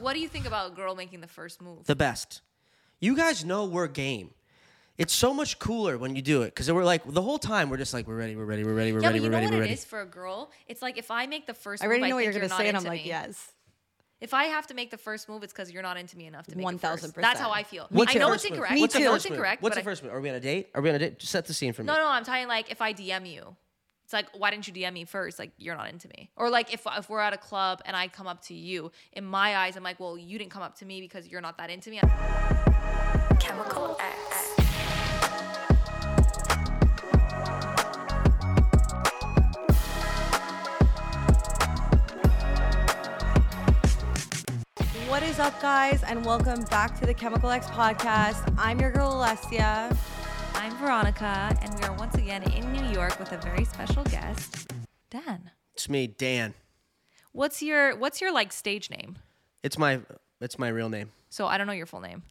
what do you think about a girl making the first move? the best. You guys know we're game. It's so much cooler when you do it because we're like the whole time we're just like we're ready, we're ready, we're ready, we're yeah, ready, but you we're know ready, what we're it ready. is for a girl. It's like if I make the first. I already move, know what think you're gonna not say, and I'm into like, me. yes. If I have to make the first move, it's because you're not into me enough to make it first. 1000%. That's how I feel. Me I too. know First it's move? incorrect. Me What's What's I the know first it's move? incorrect. What's but the first move? Are we on a date? Are we on a date? Just set the scene for me. I, no, no, I'm talking like if I DM you, it's like why didn't you DM me first? Like you're not into me. Or like if if we're at a club and I come up to you, in my eyes, I'm like, well, you didn't come up to me because you're not that into me. Chemical X. What is up, guys, and welcome back to the Chemical X podcast. I'm your girl Alessia. I'm Veronica, and we are once again in New York with a very special guest, Dan. It's me, Dan. What's your what's your like stage name? It's my it's my real name. So I don't know your full name.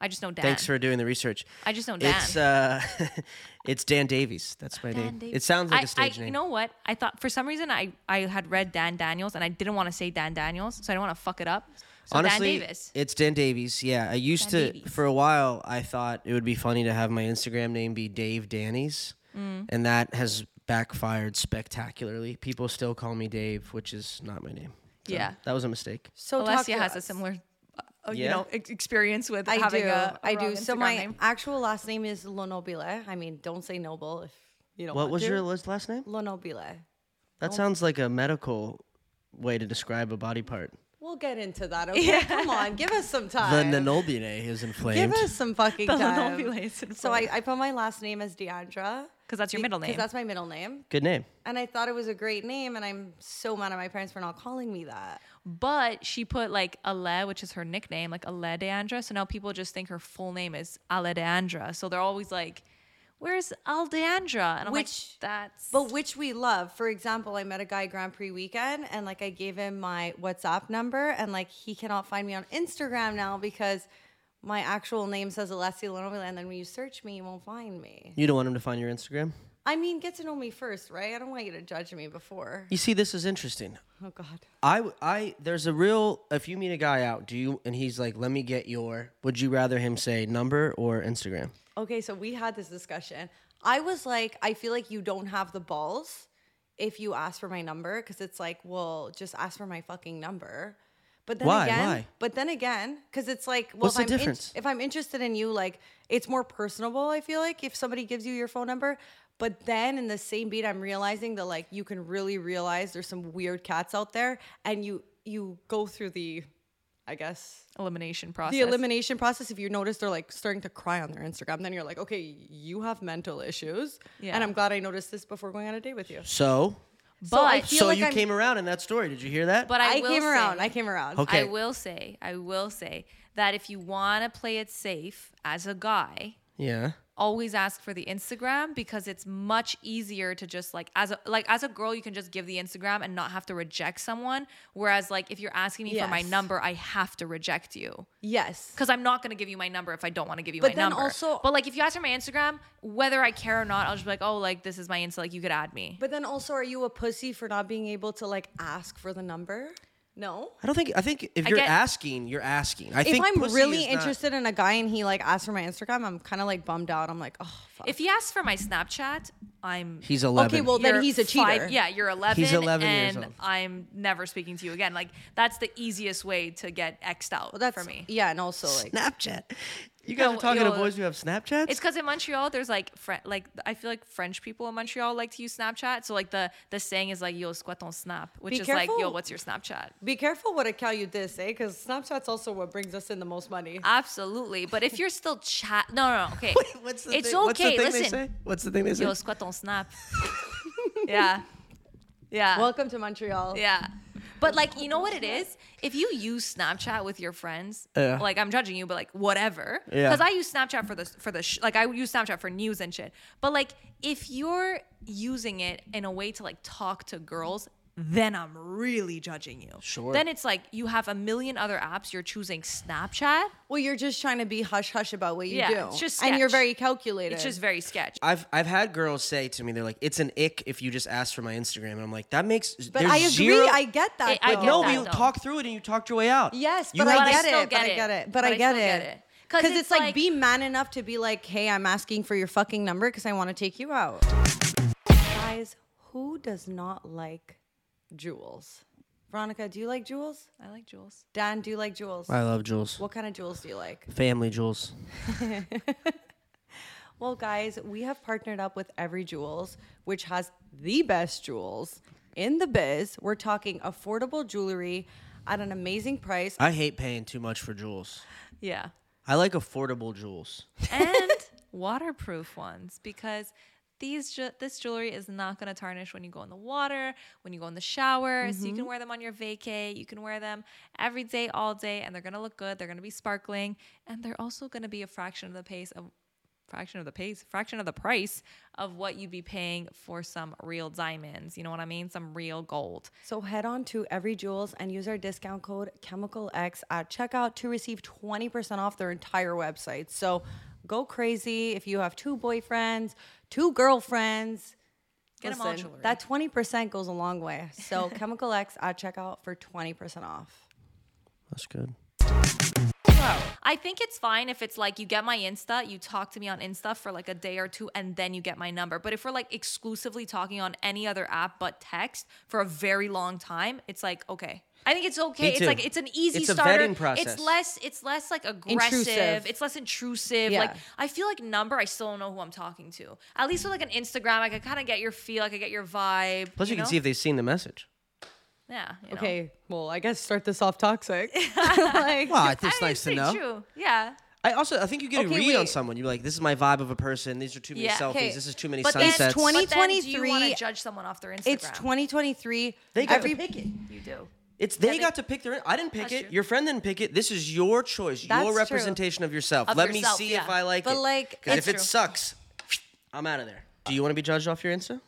I just know Dan. Thanks for doing the research. I just know Dan. It's uh, it's Dan Davies. That's my name. It sounds like I- a I, stage name. You know what? I thought for some reason I, I had read Dan Daniels and I didn't want to say Dan Daniels, so I don't want to fuck it up. So Honestly, Dan Davis. it's Dan Davies. Yeah, I used Dan to Davies. for a while. I thought it would be funny to have my Instagram name be Dave Danny's, Mm. and that has backfired spectacularly. People still call me Dave, which is not my name. Yeah. that was a mistake. So talk to Alessia has a us. similar, uh, you Yeah? know, ex- experience with I having do. a. I I do. So my actual last name is Lonobile. I mean, don't say noble if you don't. What want was to. your last last name? Lonobile? That sounds like a medical way to describe a body part. We'll get into that. Okay, come on, give us some The time. nanobulae is inflamed. give us some fucking time. Lonobile is in So I, I put my last name as Deandra because that's your middle name. because that's my middle name, Good name. and I thought it was a great name, and I'm so mad at my parents for not calling me that. but she put like Ale, which is her nickname, like Ale Deandra. So now people just think her full name is Ale Deandra. So they're always like, "Where's Al Deandra?" And I'm Which- like, "That's." But which we love. For example, I met a guy Grand Prix weekend and like I gave him my WhatsApp number and like he cannot find me on Instagram now because my actual name says Alessia Lonovila and then when you search me, you won't find me. You don't want him to find your Instagram. I mean, get to know me first, right? I don't want you to judge me before. You see, this is interesting. Oh God. I, I, there's a real. If you meet a guy out, do you? And he's like, "Let me get your." Would you rather him say number or Instagram? Okay, so we had this discussion. I was like, I feel like you don't have the balls if you ask for my number because it's like, well, just ask for my fucking number. But then Why? again, Why? but then again, because it's like, well, What's if the I'm in- difference? if I'm interested in you, like it's more personable. I feel like if somebody gives you your phone number. But then in the same beat, I'm realizing that like you can really realize there's some weird cats out there, and you you go through the, I guess elimination process. the elimination process if you notice they're like starting to cry on their instagram then you're like okay you have mental issues Yeah. and i'm glad i noticed this before going on a date with you So, But I feel so like you I'm- came around in that story. Did you hear that? but I, i, will came say- around i came around Okay. I will say, I will say that if you want to play it safe as a guy, yeah. always ask for the Instagram because it's much easier to just like as a like as a girl you can just give the Instagram and not have to reject someone whereas like if you're asking me for my Yes. number I have to reject you yes cuz I'm not going to give you my number if I don't want to give you But my then number also- but like if you ask for my Instagram whether I care or not I'll just be like oh like this is my Insta like you could add me but then also are you a pussy for not being able to like ask for the number no I don't think. I think if you're get- asking, you're asking. I if think i'm pussy really is not- interested in a guy and he like asks for my instagram i'm kind of like bummed out i'm like oh fuck. if he asks for my Snapchat I'm he's eleven. okay well You're then he's a cheater five- yeah, you're 11. He's 11 years and old. I'm never speaking to you again. Like that's the easiest way to get xed out well, that's e- for me. yeah and also like Snapchat. You guys No, are talking to yo, boys who have Snapchats. It's because in Montreal, there's like Fre- like I feel like French people in Montreal like to use Snapchat. So like the the saying is like "Yo, c'est quoi ton snap," which Be is like "Yo, careful. what's your Snapchat?" be careful what account you this eh because snapchat's also what brings us in the most money Absolutely, but if you're still chat, no, no, no, okay, What's the it's thing, okay. What's the thing Listen, they say? What's the thing they say? "Yo, c'est quoi ton snap?" yeah, yeah. welcome to montreal Yeah. But like, you know what it is? If you use Snapchat with your friends, Yeah. like I'm judging you, but like whatever. Yeah. Because I use Snapchat for the for the sh- like I use Snapchat for news and shit. But like, if you're using it in a way to like talk to girls, then I'm really judging you. Sure. Then it's like you have a million other apps. You're choosing Snapchat. Well, you're just trying to be hush hush about what you Yeah, do. it's just and you're sketch. very calculated. It's just very sketch. I've I've had girls say to me, they're like, "It's an ick if you just ask for my Instagram," and I'm like, "That makes." but there's I agree. zero- I get that. I- I though. get no, that, but you though. talk through it and you talked your way out. Yes, You but I have- get, I still it, but get I it. get it. But, But I I get still get it. it. 'Cause 'Cause it's, it's like, like- be man enough to be like, hey, I'm asking for your fucking number because I want to take you out. Guys, who does not like jewels? Veronica, do you like jewels? I like Jules. Dan, do you like jewels? I love Jules. What kind of jewels do you like? Family Jules. Well, guys, we have partnered up with Every Jewels, which has the best jewels in the biz. We're talking affordable jewelry at an amazing price. I hate paying too much for Jules. Yeah. I like affordable Jules. and waterproof ones because these ju- this jewelry is not going to tarnish when you go in the water, when you go in the shower. So you can wear them on your vacay. You can wear them every day, all day, and they're going to look good. They're going to be sparkling, and they're also going to be a fraction of the pace of fraction of the pace, fraction of the price of what you'd be paying for some real diamonds. You know what I mean? Some real gold. So head on to Every Jewels and use our discount code ChemicalX at checkout to receive 20% off their entire website. So go crazy if you have two boyfriends, two girlfriends. Get 'em all jewelry. that 20% goes a long way. So Chemical X at checkout for 20% off. That's good. I think it's fine if it's like you get my Insta, you talk to me on Insta for like a day or two, and then you get my number. But if we're like exclusively talking on any other app but text for a very long time, it's like okay. I think it's okay. It's too. like it's an easy It's a starter. vetting process. It's less. It's less like aggressive. Intrusive. It's less intrusive. Yeah. Like I feel like number, I still don't know who I'm talking to. At least with like an Instagram, I could kind of get your feel. I could get your vibe. Plus, you, can know? see if they've seen the message. Yeah. you know. Okay, well, I guess start this off toxic. like, Well, I think I it's mean, nice to pretty know. True. Yeah. I also I think you get Okay, a read on wait. someone. You're like, this is my vibe of a person. These are too many Yeah, selfies. okay. This is too many But then, sunsets. but then do you 2023 want to judge someone off their Instagram? it's 2023. They got Every- to pick it. You do. It's they got to pick their. I didn't pick That's it. true. Your friend didn't pick it. This is your choice. That's your true. representation of yourself. Of Let yourself, me see if yeah. I like But, it. like, 'Cause That's if it true. sucks, I'm out of there. Do you want to be judged off your Insta?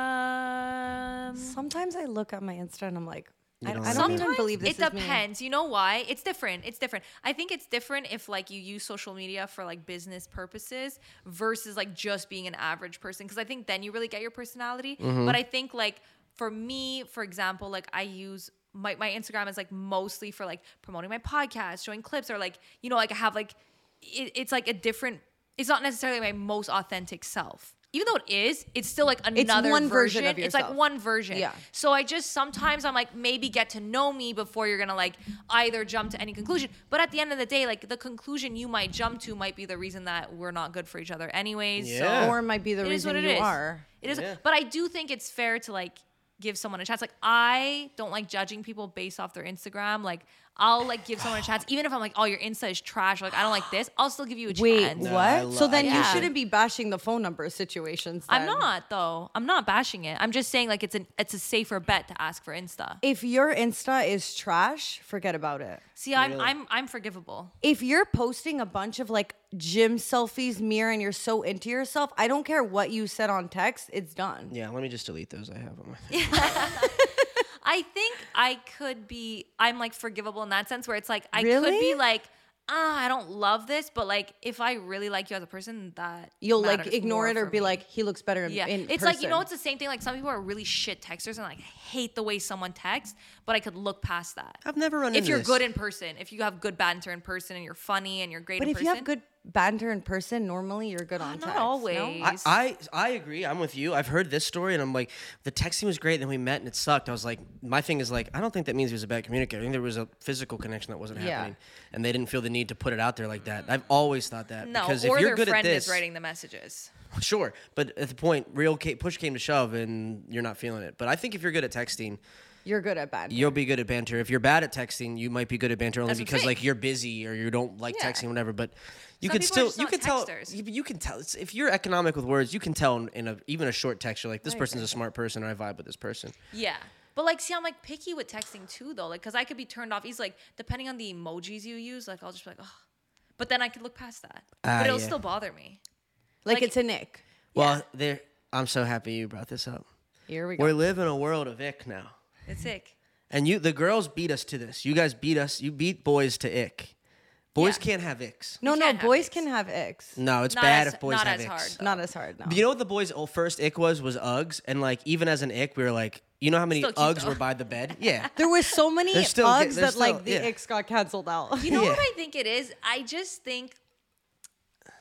Um, Sometimes I look at my Insta and I'm like, I, don't I like don't it. even believe this it is me. depends. You know why? It's different. It's different. I think it's different if like you use social media for like business purposes versus like just being an average person because I think then you really get your personality. But I think like for me, for example, like I use my my Instagram is like mostly for like promoting my podcast, showing clips or like you know like I have like it, it's like a different it's not necessarily my most authentic self. Even though it is, it's still like another one version of It's like yourself. one version. Yeah. So I just sometimes I'm like, maybe get to know me before you're gonna like either jump to any conclusion. But at the end of the day, like the conclusion you might jump to might be the reason that we're not good for each other, anyways. Yeah. Or it might be the So it is reason what it you is. are. It is. Yeah. But I do think it's fair to like give someone a chance. Like I don't like judging people based off their Instagram. Like I'll like give someone a chance, even if I'm like, oh, your Insta is trash. Or, like I don't like this. I'll still give you a Wait, chance. No, I what? lo- so then I you can't. shouldn't be bashing the phone number situations. I'm then. not though. I'm not bashing it. I'm just saying like it's an it's a safer bet to ask for Insta. If your Insta is trash, forget about it. See, I'm I'm I'm forgivable. If you're posting a bunch of like gym selfies, mirror, and you're so into yourself, I don't care what you said on text, it's done. Yeah, let me just delete those I have on my thing. I think I could be. I'm like forgivable in that sense, where it's like I could Really? be like, ah, I don't love this, but like if I really like you as a person, that You'll like matters ignore more it or for be me. like, he looks better in, Yeah, in it's like you person. know, it's the same thing. Like some people are really shit texters, and like I hate the way someone texts, but I could look past that. Oh, I've never run If into you're this. good in person, if you have good banter in person, and you're funny and you're great But in if person, Oh, you have good banter in person, normally you're good on not text. no? always. I, I I agree. I'm with you. I've heard this story, and I'm like, the texting was great. Then we met, and it sucked. I was like, my thing is like, I don't think that means he was a bad communicator. I think there was a physical connection that wasn't Yeah. happening, and they didn't feel the need to put it out there like that. I've always thought that no, because or if you're their good friend at this, is writing the messages. sure. But at the point, real ca- push came to shove, and you're not feeling it. But I think if you're good at texting, You're good at banter. you'll be good at banter. If you're bad at texting, you might be good at banter only That's what I'm because saying. like you're busy or you don't like Yeah. texting, whatever. But you Some could people are still just you not could tell texters. you, you can tell it's, if you're economic with words, you can tell in, in a even a short text. You're like this person's a smart person or I vibe with this person. Yeah. But like, see, I'm like picky with texting too, though. Like, cause I could be turned off. He's like, depending on the emojis you use, like I'll just be like, oh. But then I could look past that. Ah, but it'll yeah. still bother me. like, Like- it's a nick. Well, there I'm so happy you brought this up. Here we go. We live in a world of ick now. It's sick. And you, the girls beat us to this. You guys beat us. You beat boys to ick. Boys Yeah. can't have icks. no, no, can't have boys icks. can have icks. No, it's Not bad as- if boys not have as icks. hard. Not as hard, no. You know what the boys' old first ick was? Was Uggs. And like, even as an ick, we were like, you know how many Still cute, Uggs though. were by the bed? Yeah. there was so many They're Uggs still that get- they're like still- the yeah. icks got canceled out. You know what Yeah. I think it is? I just think,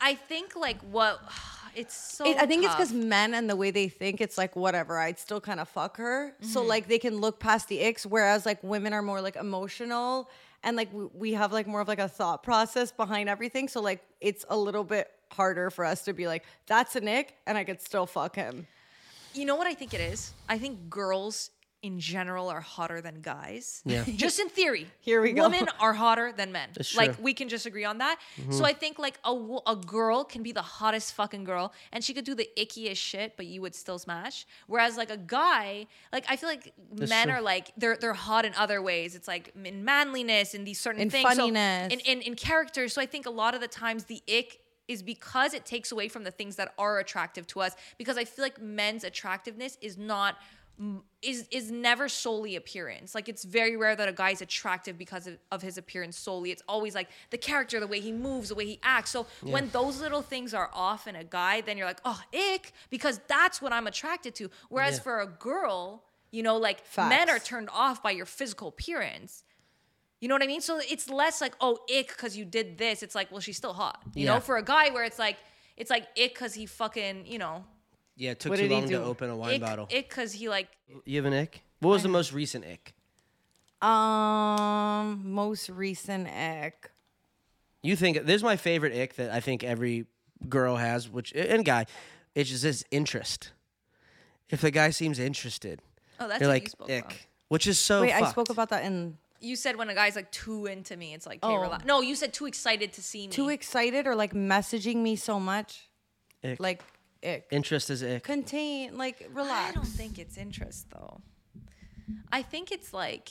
I think like what, it's so. It- I think tough. it's because men and the way they think, it's like whatever. I'd still kind of fuck her, Mm-hmm. so like they can look past the icks. Whereas like women are more like emotional, and like we, we have like more of like a thought process behind everything. So like it's a little bit harder for us to be like, that's an ick, and I could still fuck him. You know what I think it is? I think girls in general are hotter than guys. Yeah. just in theory. Here we go. Women are hotter than men. That's like true. Mm-hmm. we can just agree on that. So I think like a, wo- a girl can be the hottest fucking girl and she could do the ickiest shit but you would still smash. Whereas like a guy, like I feel like men true. are like they're they're hot in other ways. It's like in manliness and these certain In things So funniness. in, in in character. So I think a lot of the times the ick is because it takes away from the things that are attractive to us. Because I feel like men's attractiveness is not is is never solely appearance. Like it's very rare that a guy is attractive because of, of his appearance solely. It's always like the character, the way he moves, the way he acts. So when those little things are off in a guy, then you're like, oh, ick, because that's what I'm attracted to. Whereas Yeah. for a girl, you know, like men Facts. are turned off by your physical appearance. You know what I mean? So it's less like, oh, ick, because you did this. It's like, well, she's still hot. You Yeah. know, for a guy where it's like, it's like ick because he fucking, you know, Yeah, it took What too did he long do? to open a wine ick bottle. because he like, You have an ick? What was the most recent ick? Um, most recent ick. You think there's my favorite ick that I think every girl has, which and guy, it's just this interest. If the guy seems interested, oh, that's you're what like you spoke ick, about. which is so. Wait, I fucked. spoke about that in You said when a guy's like too into me, it's like, okay, Oh. relax. No, you said too excited to see me. too excited or like messaging me so much, Ick. like ick. interest is ick. Contain, like I relax. don't think it's interest though. I think it's like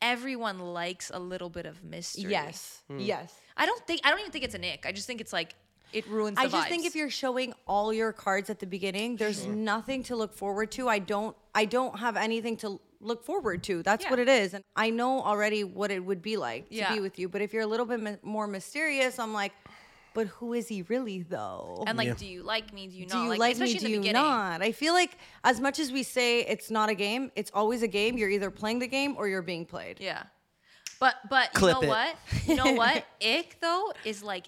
everyone likes a little bit of mystery. yes, Hmm. yes. I don't think I don't even think it's an ick. I just think it's like it ruins. The I just think vibes. if you're showing all your cards at the beginning, there's nothing to look forward to. I don't I don't have anything to look forward to. That's Yeah. what it is. And I know already what it would be like to Yeah. be with you, but if you're a little bit mi- more mysterious, I'm like, but who is he really though? and like, do you like me? Do you not? do you like, like, me? me? Especially Do in the you beginning. not? I feel like as much as we say it's not a game, it's always a game. You're either playing the game or you're being played. Yeah. But but you Clip know it. what? You know what? Ick though is like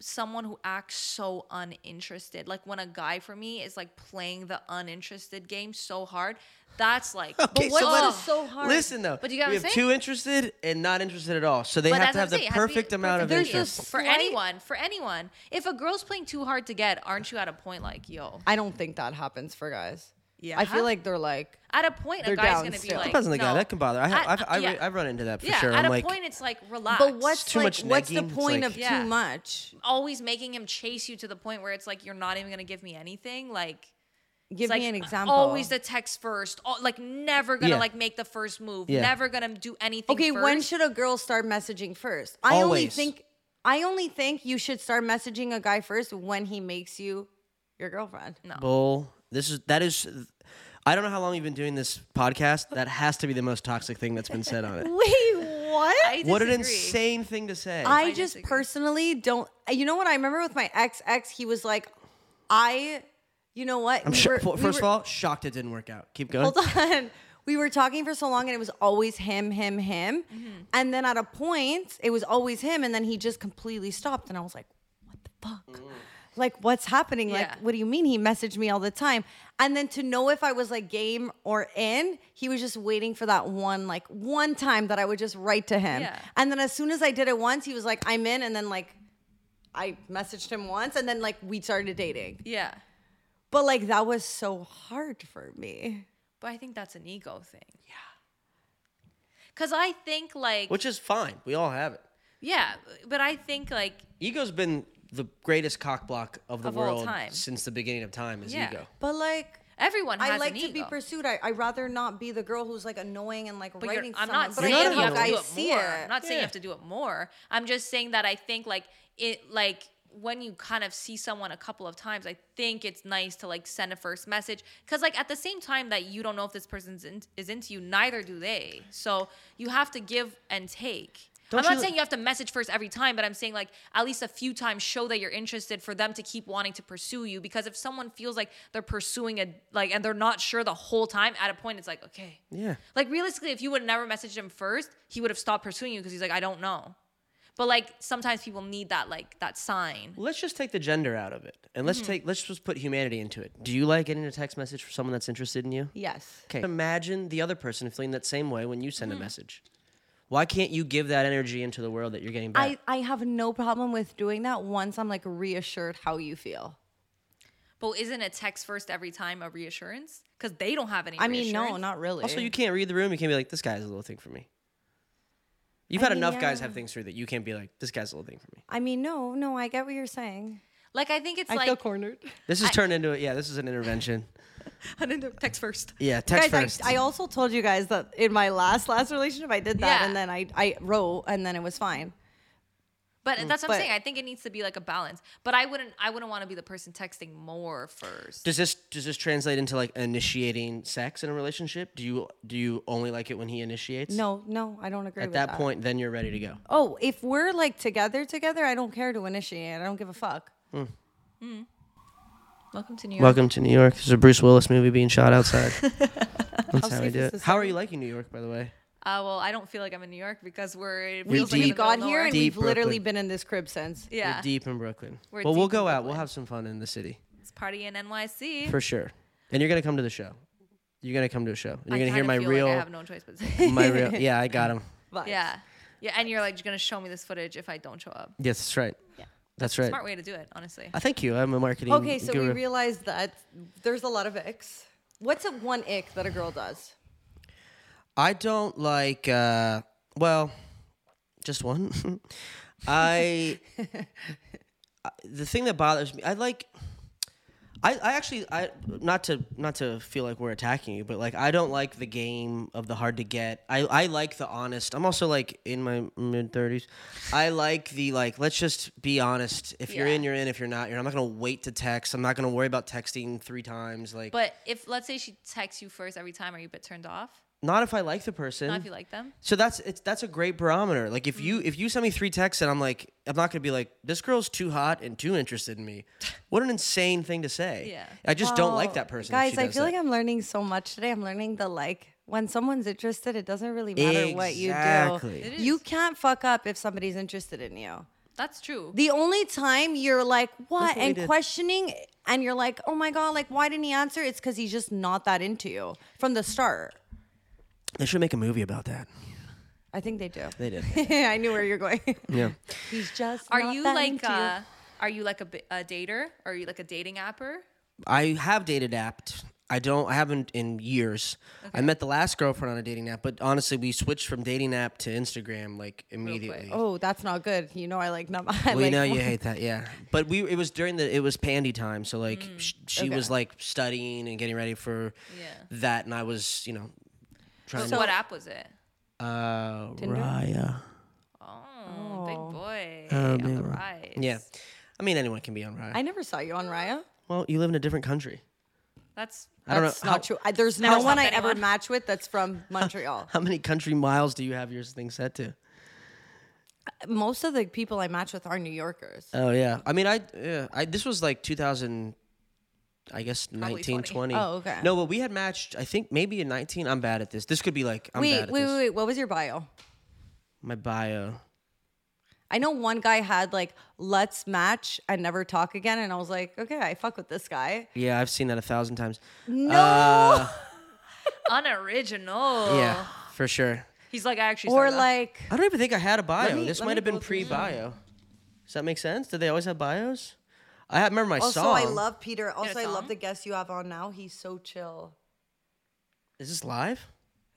someone who acts so uninterested. Like when a guy for me is like playing the uninterested game so hard, that's like Okay, What so Oh. let what us- is so hard? Listen though, But you got we what I'm have saying? two interested and not interested at all. So they But have to have that's what I'm the saying, it has to be perfect amount of perfect There's interest. just for slight- anyone, for anyone. If a girl's playing too hard to get, aren't you at a point like, yo? I don't think that happens for guys. Yeah. I feel like they're like At a point, a They're guy's down gonna be still. like, Depends on the guy. no. That can bother. I have, At- I've, I, yeah. I've run into that for yeah, sure. At I'm a like, point, it's like relax. But what's too like, much What's the nagging. It's point like- of Yeah. too much? always making him chase you to the point where it's like you're not even gonna give me anything. Like Give It's me like, an example. Always the text first. Al- like never gonna Yeah. like make the first move. Yeah. Never gonna do anything. okay. When first. should a girl start messaging first? I only Always. think I only think you should start messaging a guy first when he makes you your girlfriend. bull. This is that is. I don't know how long you've been doing this podcast. That has to be the most toxic thing that's been said on it. Wait, what? I I, What an disagree. insane thing to say. just disagree. personally don't. uh, You know what? I remember with my ex ex, he was like, I. You know what? I'm We sho- were- fo- we first were- of all, shocked it didn't work out. Keep going. hold on. We were talking for so long and it was always him, him, him. And then at a point, it was always him. And then he just completely stopped. And I was like, what the fuck? Mm. Like, what's happening? Yeah. Like, what do you mean he messaged me all the time? And then to know if I was like game or in, he was just waiting for that one, like one time that I would just write to him. Yeah. And then as soon as I did it once, he was like, I'm in. And then like, I messaged him once and then like we started dating. Yeah, But like, that was so hard for me. but I think that's an ego thing. Yeah. Cause I think like which is fine. We all have it. yeah, but I think like Ego's been the greatest cock block of the Of all world time. since the beginning of time. Is Yeah. ego. But like, everyone has I like an to be ego. pursued. I I rather not be the girl who's like annoying and like But you're, writing. I'm someone, not but saying I not you know have allowed to guys do it see more. I'm not saying you Yeah. have to do it more. I'm just saying that I think like it like when you kind of see someone a couple of times, I think it's nice to like send a first message because like at the same time that you don't know if this person's in, is into you, neither do they. So you have to give and take. Don't I'm not you- saying you have to message first every time, but I'm saying like at least a few times show that you're interested for them to keep wanting to pursue you. Because if someone feels like they're pursuing a like and they're not sure the whole time, at a point it's like okay, Yeah. like realistically, if you would have never messaged him first, he would have stopped pursuing you because he's like, I don't know. But like sometimes people need that like that sign. Let's just take the gender out of it, and Mm-hmm. let's take let's just put humanity into it. Do you like getting a text message from someone that's interested in you? Yes. Okay. Imagine the other person feeling that same way when you send Mm-hmm. a message. Why can't you give that energy into the world that you're getting back? I, I have no problem with doing that once I'm like reassured how you feel. But isn't a text first every time a reassurance? Because they don't have any. I mean, no, reassurance. not really. also, you can't read the room. You can't be like, this guy's a little thing for me. You've had enough guys have things through that you can't be like, this guy's a little thing for me. I mean, no, no, I get what you're saying. Like I think it's I like feel cornered. This is turned into a, yeah. This is an intervention. text first. Yeah, text Guys, first. I, I also told you guys that in my last last relationship I did that Yeah. and then I I wrote and then it was fine. But that's what I'm Mm, But- saying. I think it needs to be like a balance. But I wouldn't. I wouldn't want to be the person texting more first. does this does this translate into like initiating sex in a relationship? Do you do you only like it when he initiates? No, no, I don't agree At with that, that. point, then you're ready to go. Oh, if we're like together together, I don't care to initiate. I don't give a fuck. Welcome to New York. Welcome to New York. There's a Bruce Willis movie being shot outside. That's how we safe do is it. this How are you liking New York, by the way? Uh, well, I don't feel like I'm in New York because we're. It We feels like in deep- the middle of Got here nowhere. and Deep we've literally Brooklyn. been in this crib since. yeah, We're deep in Brooklyn. We're well, we'll deep in go out. We'll Brooklyn. have some fun in the city it's party in NYC. for sure. And you're gonna come to the show. You're gonna come to a show. And you're I gonna hear kinda my feel real, Like I have no choice but. To say my real. Yeah, I got him. But Yeah. Yeah, and you're like gonna show me this footage if I don't show up. Yes, that's right. Yeah, that's right. Smart way to do it, honestly. I thank you. I'm a marketing. Okay, so we guru. realized that there's a lot of icks. What's a one ick that a girl does? I don't like. Uh, well, just one. I uh, the thing that bothers me. I like. I, I actually I not to not to feel like we're attacking you, but like I don't like the game of the hard to get. I, I like the honest. I'm also like in my mid thirties. I like the like let's just be honest. If you're Yeah. in, you're in. If you're not, you're. not. I'm not gonna wait to text. I'm not gonna worry about texting three times. Like But if let's say she texts you first every time, are you a bit turned off? not if I like the person. Not if you like them. So that's it's that's a great barometer. Like if you if you send me three texts and I'm like I'm not gonna be like this girl's too hot and too interested in me. What an insane thing to say. Yeah. I just don't like that person. if Guys, she I does feel that. like I'm learning so much today. I'm learning the like when someone's interested, it doesn't really matter what you do. Exactly. It You can't fuck up if somebody's interested in you. That's true. The only time you're like, what? what we and did. questioning, and you're like, oh my God, like, why didn't he answer? It's because he's just not that into you from the start. they should make a movie about that. I think they do. They did. I knew where you're going. yeah. he's just. are not you that like into you. uh, are you like a, bi- a dater? Are you like a dating apper? I have dated apt. I don't. I haven't in years. I met the last girlfriend on a dating app, but honestly, we switched from dating app to Instagram like immediately. Oh, that's not good. You know, I like not. I We like, know you hate that, yeah. But we it was during the it was pandy time, so like Mm. sh- she was like studying and getting ready for Yeah. that, and I was you know trying what app was it? to uh, Raya. Oh, big boy. on big the one. rise. Yeah, I mean anyone can be on Raya. I never saw you on Raya. well, you live in a different country. That's I don't know That's how, not true. I, there's how- no one I ever Anyone? match with that's from Montreal. how many country miles do you have your thing set to. Most of the people I match with are New Yorkers. Oh yeah, I mean I yeah I this was like 2000. I guess 19, 20. 20. Oh, okay. No, but we had matched, I think maybe in 19. I'm bad at this. This could be like, I'm bad wait, at wait, this. wait, wait. What was your bio? My bio. I know one guy had like, let's match and never talk again. And I was like, okay, I fuck with this guy. Yeah, I've seen that a thousand times. No. Uh, unoriginal. yeah, for sure. He's like I actually. or started that. like, I don't even think I had a bio. me- this let might me have been go through pre bio. Does that make sense? Did they always have bios? I ha- remember my also, song. I love Peter. Also, I song? love the guest you have on now. He's so chill. Is this live?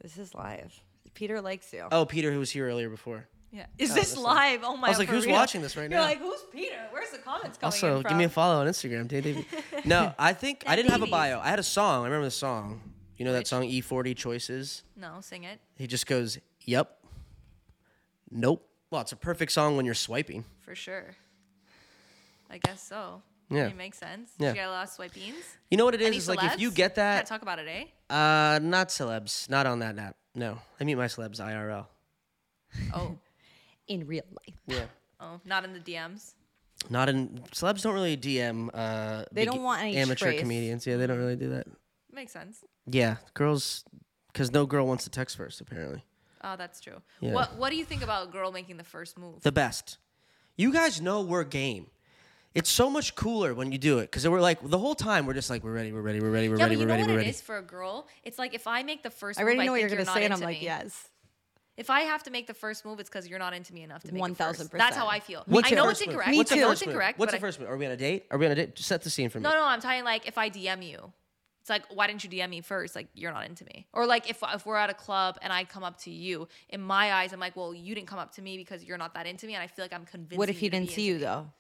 This is live. Peter likes you. Oh, Peter, who was here earlier before. Yeah. Is this live? Oh my! I was like, for who's real? watching this right You're now? like, who's Peter? Where's the comments coming in also, give me a from? follow on Instagram, Dave. Davey. no, I think I didn't have a Davies. bio. I had a song. I remember the song. You know that song E40 Choices? no, sing it. He just goes, "Yep." Nope. Well, it's a perfect song when you're swiping. For sure. I guess so. Yeah. It makes sense. Yeah. You got a lot of swipe beans. You know what it is? Any It's like if celebs? you get that, Gotta talk about it, eh? uh, not celebs, not on that app. No, I meet my celebs IRL. Oh, in real life. Yeah, oh, not in the DMs. not in celebs don't really DM. Uh, They don't want any amateur trace. comedians. Yeah, they don't really do that. Makes sense. Yeah, girls, because no girl wants to text first. Apparently, Oh, that's true. Yeah. What What do you think about a girl making the first move? the best. You guys know we're game. It's so much cooler when you do it because we're like the whole time we're just like we're ready, we're ready, we're ready, we're yeah, ready, but you we're know ready, what we're it ready. is for a girl. It's like if I make the first. I already move, know what think you're gonna Oh not say, and I'm into like, me. yes. If I have to make the first move, it's because you're not into me enough to make it first. 1000%. That's how I feel. What's I your know first it's move? incorrect. What's I your know first it's move? incorrect. What's but the first move? Are we on a date? Are we on a date? Set the scene for me. No, no, I'm talking like if I DM you, it's like why didn't you DM me first? Like you're not into me. Or like if if we're at a club and I come up to you, in my eyes, I'm like, well, you didn't come up to me because you're not that into me, and I feel like I'm convinced. What if he didn't see you though?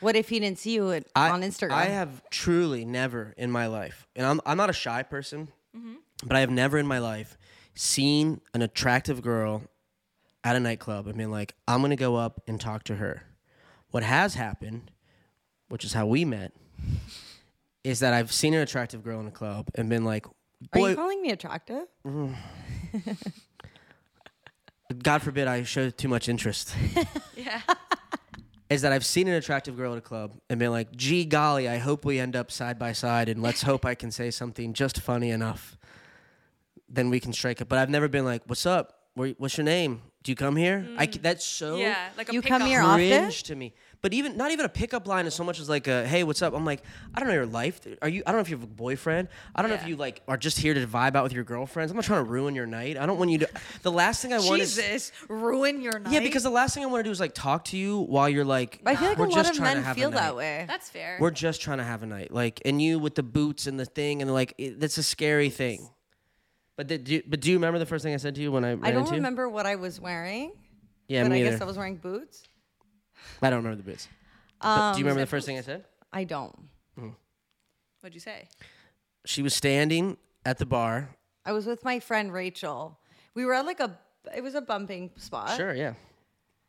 What if he didn't see you at, on Instagram? I have truly never in my life, and I'm, I'm not a shy person, Mm-hmm. but I have never in my life seen an attractive girl at a nightclub and been like, I'm going to go up and talk to her. What has happened, which is how we met, is that I've seen an attractive girl in a club and been like, Are boy, you calling me attractive? God forbid I show too much interest. Yeah. is that I've seen an attractive girl at a club and been like, gee golly, I hope we end up side by side and let's hope I can say something just funny enough. Then we can strike it. But I've never been like, what's up? Where, what's your name? Do you come here? I c that's so Mm. Yeah, like a You pickup. come here often? cringe to me. But even not even a pickup line is so much as like a hey, what's up? I'm like, I don't know your life. Are you? I don't know if you have a boyfriend. I don't know if Yeah. you like are just here to vibe out with your girlfriends. I'm not trying to ruin your night. I don't want you to. The last thing I want is Jesus, ruin your night. yeah, because the last thing I want to do is like talk to you while you're like. I feel like we're a lot just of trying to men have a feel night." that way. that's fair. We're just trying to have a night, like, and you with the boots and the thing, and like, it, that's a scary thing. But did you, but do you remember the first thing I said to you when I ran I don't into you? remember what I was wearing, Yeah, but me I either. guess I was wearing boots. I don't remember the boots. But Um, do you remember the first thing I said? I don't. What'd you say? She was standing at the bar. I was with my friend Rachel. We were at like a it was a bumping spot. Sure, yeah,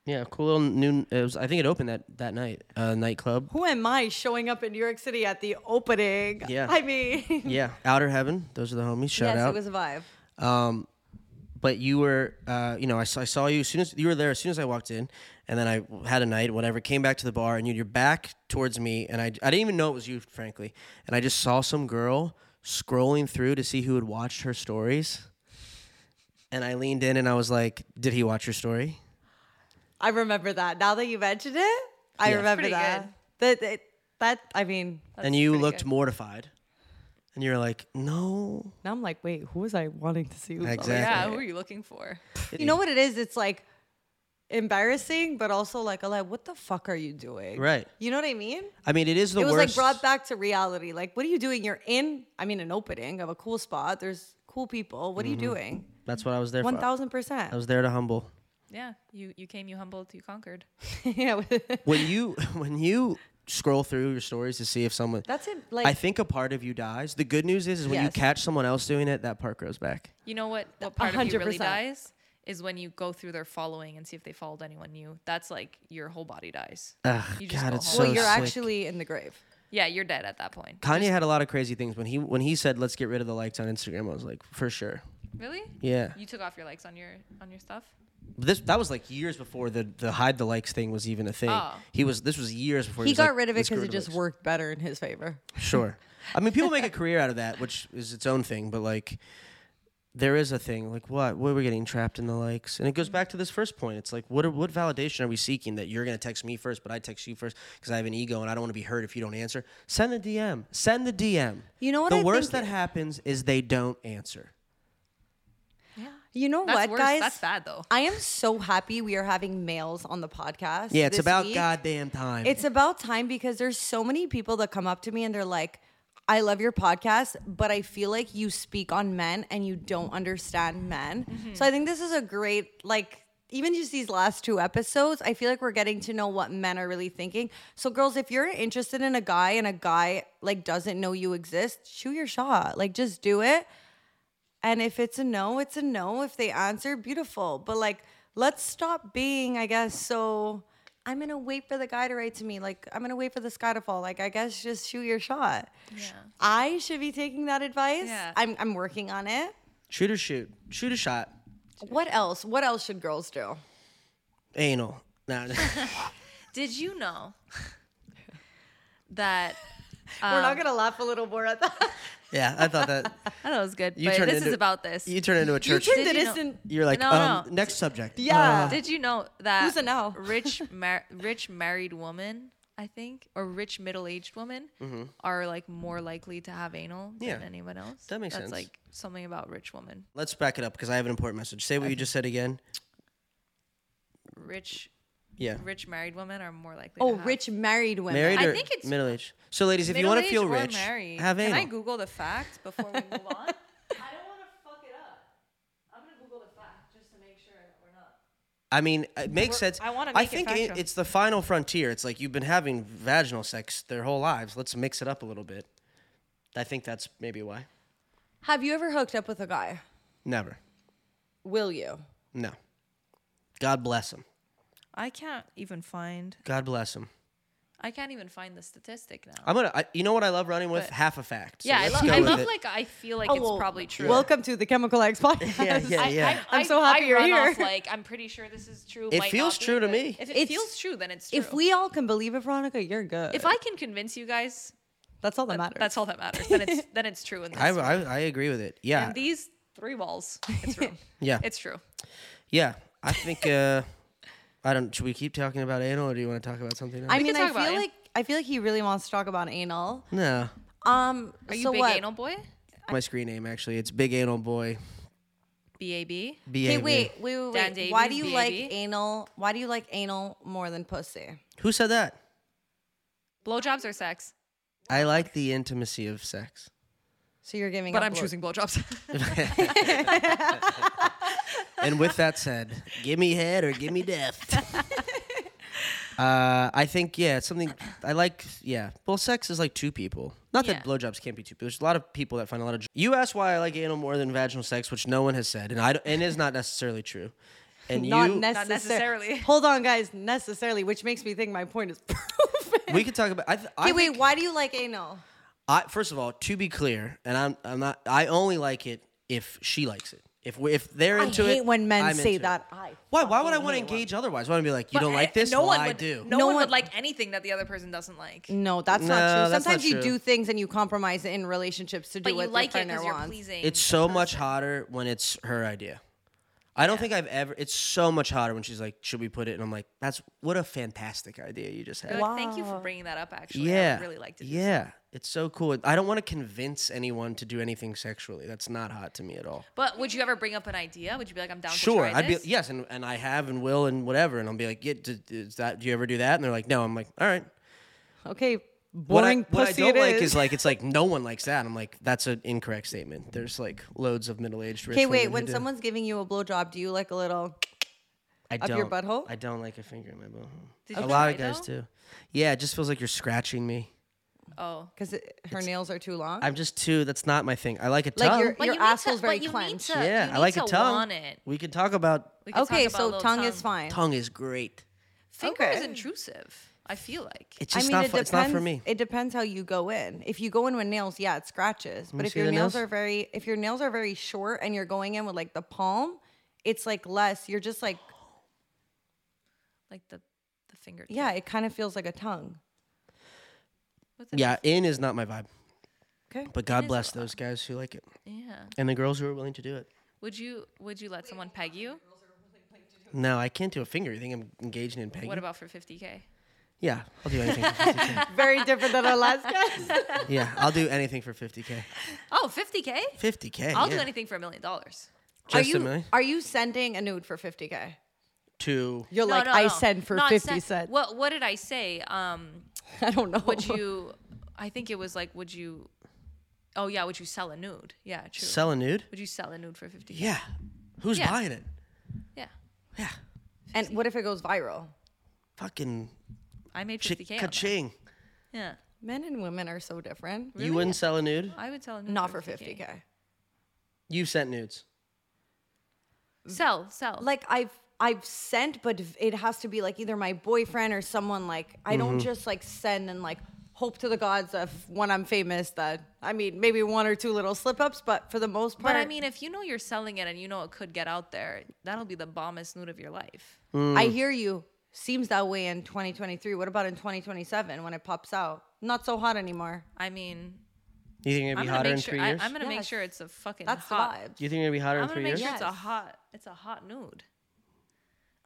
yeah, cool little noon. It was, I think it opened that that night, uh, nightclub. Who am I showing up in New York City at the opening? Yeah. I mean, Yeah, Outer Heaven. Those are the homies. Shout Hmm. yes, out. it was a vibe. Um, but you were, uh, you know, I saw, I saw you as soon as you were there. As soon as I walked in, and then I had a night, whatever. Came back to the bar, and you, your back towards me, and I, I didn't even know it was you, frankly. And I just saw some girl scrolling through to see who had watched her stories, and I leaned in and I was like, "Did he watch your story?" I remember that. Now that you mentioned it, I Yeah. remember Pretty that. That that- that I mean, and you pretty looked good. mortified, and you're like, "No." now I'm like, wait, who was I wanting to see? Who was I Exactly. Yeah, who are you looking for? You know what it is? It's like embarrassing, but also like, like, what the fuck are you doing? Right. You know what I mean? I mean, it is the it was worst. like brought back to reality. Like, what are you doing? You're in, I mean, an opening of a cool spot. There's cool people. What are you Mm-hmm. doing? That's what I was there One for. thousand I percent. was there to humble. Yeah, you you came, you humbled, you conquered. Yeah, when you when you scroll through your stories to see if someone that's it. Like, I think a part of you dies. The good news is, is when you Yes. catch someone else doing it, that part grows back. You know what? What part of you really 100%. dies is when you go through their following and see if they followed anyone new. That's like your whole body dies. Ugh, You just God, go it's home. so well, you're sick. actually in the grave. Yeah, you're dead at that point. Kanye had a lot of crazy things when he when he said, "Let's get rid of the likes on Instagram." I was like, for sure, Really? yeah. You took off your likes on your on your stuff. But This that was like years before the the hide the likes thing was even a thing. Oh. He was this was years before He was got like, rid of it "Let's get because it the just likes." worked better in his favor. Sure, I mean, people make a career out of that, which is its own thing. But like, there is a thing like what what are we getting trapped in the likes and it goes back to this first point it's like what are, what validation are we seeking that you're going to text me first but i text you first because i have an ego and i don't want to be hurt if you don't answer send the dm send the dm You know what the I worst think- that happens is they don't answer You know That's what, worse. guys? That's bad though. I am so happy we are having males on the podcast. yeah it's this about week. goddamn time It's about time because there's so many people that come up to me and they're like, I love your podcast, but I feel like you speak on men and you don't understand men. So I think this is a great, like, even just these last two episodes, I feel like we're getting to know what men are really thinking. So, girls, if you're interested in a guy and a guy like doesn't know you exist, shoot your shot. Like, just do it. And if it's a no, it's a no. If they answer, beautiful. But like, let's stop being, I guess, so I'm gonna wait for the guy to write to me. Like, I'm gonna wait for the sky to fall. Like, I guess just shoot your shot. Yeah. I should be taking that advice. Yeah. I'm I'm working on it. Shoot or shoot. Shoot a shot. What else? What else should girls do? Anal. Nah. Did you know that? We're Um, not gonna laugh a little more at that. yeah, I thought that I thought it was good, you but turned this into, is about this. You turn into a You church. turned Did it you know- isn't. You, are like, No, um, no. next subject. Yeah. Uh, Did you know that Who's a no? rich mar- rich married woman, I think, or rich middle-aged women are like more likely to have anal Mm-hmm. Yeah. than anyone else. That makes That's sense. like something about rich women. let's back it up because I have an important message. Say what you just said again. Rich Yeah. rich married women are more likely Oh, to have rich married women. Married I or think it's- middle aged? So, ladies, if you want to Middle-aged feel or rich, married. have Can anal. I Google the fact before we move on? I don't want to fuck it up. I'm gonna Google the fact just to make sure we're not. I mean, it makes We're- sense. I wanna I make it think factual. it's the final frontier. It's like you've been having vaginal sex their whole lives. Let's mix it up a little bit. I think that's maybe why. Have you ever hooked up with a guy? Never. Will you? No. God bless him. I can't even find. God bless him. I can't even find the statistic now. I'm gonna. I, you know what I love running with? But- Half a fact. So yeah, I, let's love. go I with love. it. Like I feel like it's Oh, well, probably true. Welcome to the Chemical X podcast. Yeah, yeah, I, yeah. I, I'm so I- happy I you're run here. Off, like I'm pretty sure this is true. It might not feels be, true to but me. If it It's- feels true, then it's true. If we all can believe it, Veronica, you're good. if I can convince you guys, that's all that, that- matters. that's all that matters. Then it's then it's true. In this I, room. I, I agree with it. Yeah. In these three walls, it's true. Yeah. it's true. yeah. I think. Uh, I don't. Should we keep talking about anal, or do you want to talk about something else? I We mean, can I talk about feel it. like I feel like he really wants to talk about anal. no. Um, Are you so big what? anal boy? My screen name actually. It's Big Anal Boy. B A B. B A Okay, B. wait, wait, wait, Dan wait. Why do Davies, you like baby. anal? Why do you like anal more than pussy? Who said that? Blowjobs or sex? I like the intimacy of sex. So you're giving. But up I'm blow- choosing blowjobs. and with that said, give me head or give me death. uh, I think yeah, it's something I like. Yeah, well, sex is like two people. Not that Yeah. blowjobs can't be two people. There's a lot of people that find a lot of. You asked why I like anal more than vaginal sex, which no one has said, and I don't- and is not necessarily true. And Not, you, necessar- necessarily. Hold on, guys. Necessarily, which makes me think my point is proven. we could talk about. I, th- I okay, think- wait. Why do you like anal? I first of all, to be clear, and I'm I'm not. I only like it if she likes it. If we, if they're I into it, hate when men I'm into say it. that. I Why? Why would I fucking want to hate when- engage otherwise? Why would I be like, you But don't I- like this? No well, one I would, do. No, No one, one- would like anything that the other person doesn't like. No, that's not No, that's true. not Sometimes true. you do things and you compromise it in relationship to do But what you like your it partner because you're wants. pleasing. It's so much hotter when it's her idea. I don't think I've ever. It's so much hotter when she's like, "Should we put it?" And I'm like, "That's what a fantastic idea you just had." You're like, Thank you for Wow. bringing that up. Actually, yeah, I would really like to. Do yeah. Yeah, it's so cool. I don't want to convince anyone to do anything sexually. That's not hot to me at all. But would you ever bring up an idea? Would you be like, I'm down Sure, to try I'd be this? yes, and, and I have and will and whatever, and I'll be like, yeah, d- d- is that? Do you ever do that? And they're like, no. I'm like, all right. Okay, What I, boring what I pussy don't it like is like it's like no one likes that. I'm like that's an incorrect statement. There's like loads of middle aged. okay, wait. When someone's giving you a blowjob, do you like a little? I Up your butthole? I don't like a finger in my butthole. Did a you lot of try, guys though? do. Yeah, it just feels like you're scratching me. Oh. Because her nails are too long. I'm just too. That's not my thing. I like a Like tongue. you're- But Your you need to- asshole's very but you need clenched. to- yeah, you I need like to a tongue. Want it. We could talk about We could talk okay, about a so little tongue, is fine. tongue is great. Finger is Okay. intrusive. I feel like. It's just not. fu- it's not for me. It depends how you go in. If you go in with nails, yeah, it scratches. But if see your the nails, nails? are very, if your nails are very short and you're going in with like the palm, it's like less. You're just like, like the the finger. yeah, it kind of feels like a tongue. yeah, in is not my vibe. Okay. But God bless those guys who like it Yeah. and the girls who are willing to do it. Would you would you let someone peg you? No, I can't do a finger. You think I'm engaging in pegging? What about for 50k? yeah, I'll do anything. for 50K. Very different than our last guys. Yeah, I'll do anything for 50k. Oh, 50k? 50k. I'll yeah. do anything for a million dollars. are Just a you minute. are you sending a nude for 50k? To You're No, like, no, I no. send for Not 50 sen- cents. What what did I say? Um I don't know. would you I think it was like would you Oh yeah, would you sell a nude? Yeah, true. sell a nude. would you sell a nude for 50k? Yeah. Who's Yeah. buying it? Yeah. Yeah. And what if it goes viral? Fucking I made chi- 50k. on that. ka-ching. Yeah. Men and women are so different. You wouldn't sell a nude? I would sell a nude Not for 50k. You've sent nudes. Sell, sell. Like I've I've sent, but v- it has to be like either my boyfriend or someone like I don't just like send and like hope to the gods of when I'm famous that I mean maybe one or two little slip ups, but for the most part, But I mean, if you know you're selling it and you know it could get out there, that'll be the bombest nude of your life. I hear you. Seems that way in 2023. What about in 2027 when it pops out? Not so hot anymore. I mean, You think it'll I'm be gonna hotter in make sure. three I, years? am gonna make Yes. sure it's a fucking That's hot. the vibe. you think it'll be hotter I'm in gonna three make years? sure it's a Yes. hot. It's a hot nude.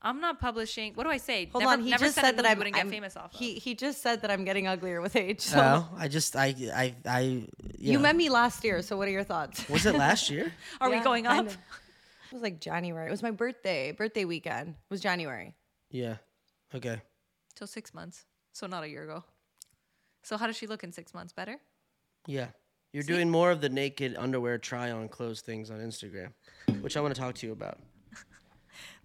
I'm not publishing. What do I say? Hold never, on, he never just send a said that nude I'm, you wouldn't get I'm- famous off. of. He he just said that I'm getting uglier with age. So No, I just I I I. You, you know. met me last year, so what are your thoughts? Was it last year? Are we Yeah, going up? kinda. It was like January. It was my birthday. Birthday weekend. It was January. yeah. Okay. Till six months, so not a year ago. So how does she look in six months? Better. Yeah. You're doing more of the naked underwear try on clothes things on Instagram, which I want to talk to you about.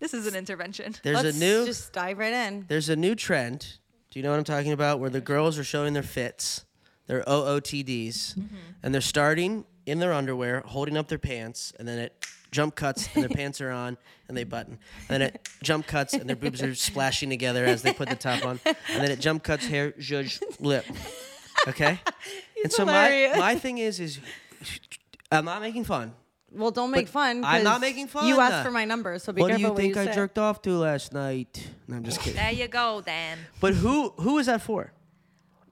This is an intervention. There's Let's a new just dive right in. there's a new trend. Do you know what I'm talking about? Where the girls are showing their fits, their OOTDs, Mm-hmm. and they're starting in their underwear, holding up their pants, and then it jump cuts and their pants are on and they button. And then it jump cuts and their boobs are splashing together as they put the top on. And then it jump cuts hair, judge, lip. Okay? and so my, hilarious. my thing is is I'm not making fun. Well, don't make fun. I'm not 'cause making fun. You asked for my number, so be what do careful you think what I you say. jerked off to last night? No, I'm just kidding. There you go, Dan. But who who is that for?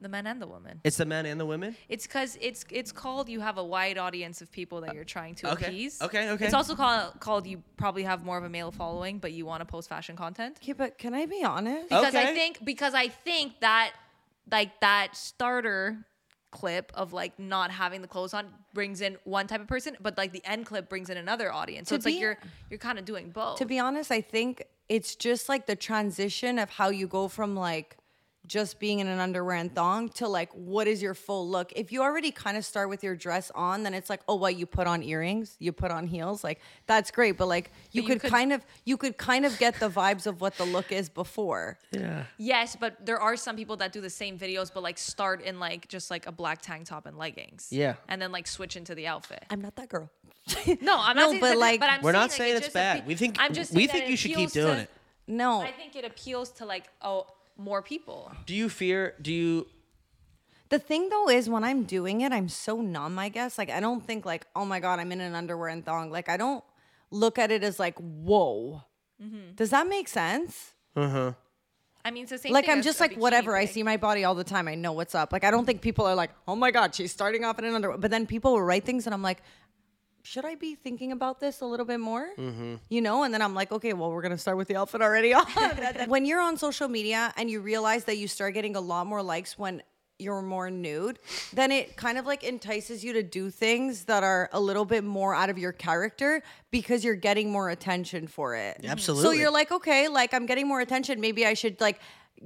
The men and the women. It's the men and the women? It's because it's it's called you have a wide audience of people that you're trying to Okay. appease. Okay, okay. It's also called called you probably have more of a male following, but you want to post fashion content Okay, but can I be honest? because I Okay. think because I think that like that starter clip of like not having the clothes on brings in one type of person, but like the end clip brings in another audience. So To it's be- like you're you're kind of doing both. To be honest, I think it's just like the transition of how you go from like just being in an underwear and thong to like what is your full look. If you already kind of start with your dress on, then it's like, oh, what you put on earrings, you put on heels, like that's great. But like you, you could, could- kind of you could kind of get the vibes of what the look is before. Yeah. yes, but there are some people that do the same videos, but like start in like just like a black tank top and leggings. Yeah. and then like switch into the outfit. I'm not that girl. No, I'm not. No, saying but but like- like, but I'm We're not it saying it's just bad. appe- we think I'm just saying we that think you should keep appeals doing to- it. No. I think it appeals to like oh more people. Do you fear? Do you? The thing though is when I'm doing it, I'm so numb, I guess. Like I don't think like, oh my god, I'm in an underwear and thong. Like I don't look at it as like, whoa. Does that make sense? I mean, it's the same. like thing I'm as just a like bikini whatever. I pic. see my body all the time. I know what's up. Like I don't think people are like, oh my god, she's starting off in an underwear. But then people will write things, and I'm like, should I be thinking about this a little bit more? You know. And then I'm like, okay, well, we're gonna start with the outfit already on. when you're on social media and you realize that you start getting a lot more likes when you're more nude, then it kind of like entices you to do things that are a little bit more out of your character because you're getting more attention for it. Mm. So Absolutely. you're like, okay, like I'm getting more attention. Maybe I should like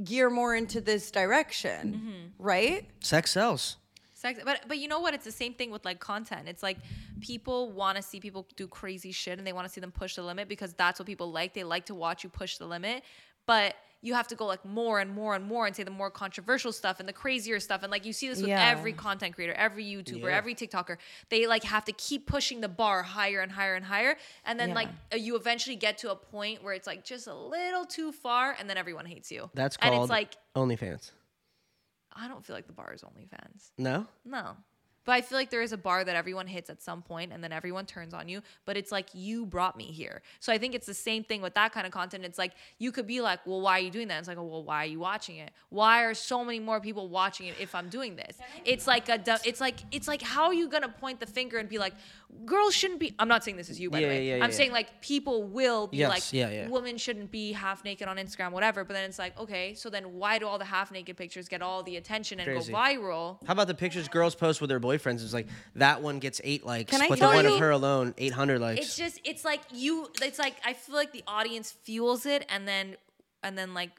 gear more into this direction, Mm-hmm. right? Sex sells. Sex, but but you know what? It's the same thing with like content. It's like people want to see people do crazy shit and they want to see them push the limit because that's what people like. They like to watch you push the limit, but you have to go like more and more and more and say the more controversial stuff and the crazier stuff and like you see this with Yeah. every content creator, every YouTuber, Yeah. every TikToker. They like have to keep pushing the bar higher and higher and higher, and then Yeah. like you eventually get to a point where it's like just a little too far, and then everyone hates you. That's and called it's like OnlyFans. I don't feel like the bar is OnlyFans. No. No. But I feel like there is a bar that everyone hits at some point and then everyone turns on you, but it's like you brought me here. So I think it's the same thing with that kind of content. It's like you could be like, "Well, why are you doing that?" It's like, oh, "Well, why are you watching it? Why are so many more people watching it if I'm doing this?" It's like a du- it's like it's like how are you going to point the finger and be like, "Girls shouldn't be I'm not saying this is you by Yeah, the way. yeah, yeah, I'm yeah. saying like people will be Yes, like yeah, yeah. women shouldn't be half naked on Instagram whatever, but then it's like, "Okay, so then why do all the half naked pictures get all the attention and Crazy. go viral?" How about the pictures girls post with their boyfriends? It's like that one gets eight likes, Can I but the tell one you- of her alone, eight hundred likes. it's just it's like you it's like i feel like the audience fuels it and then and then like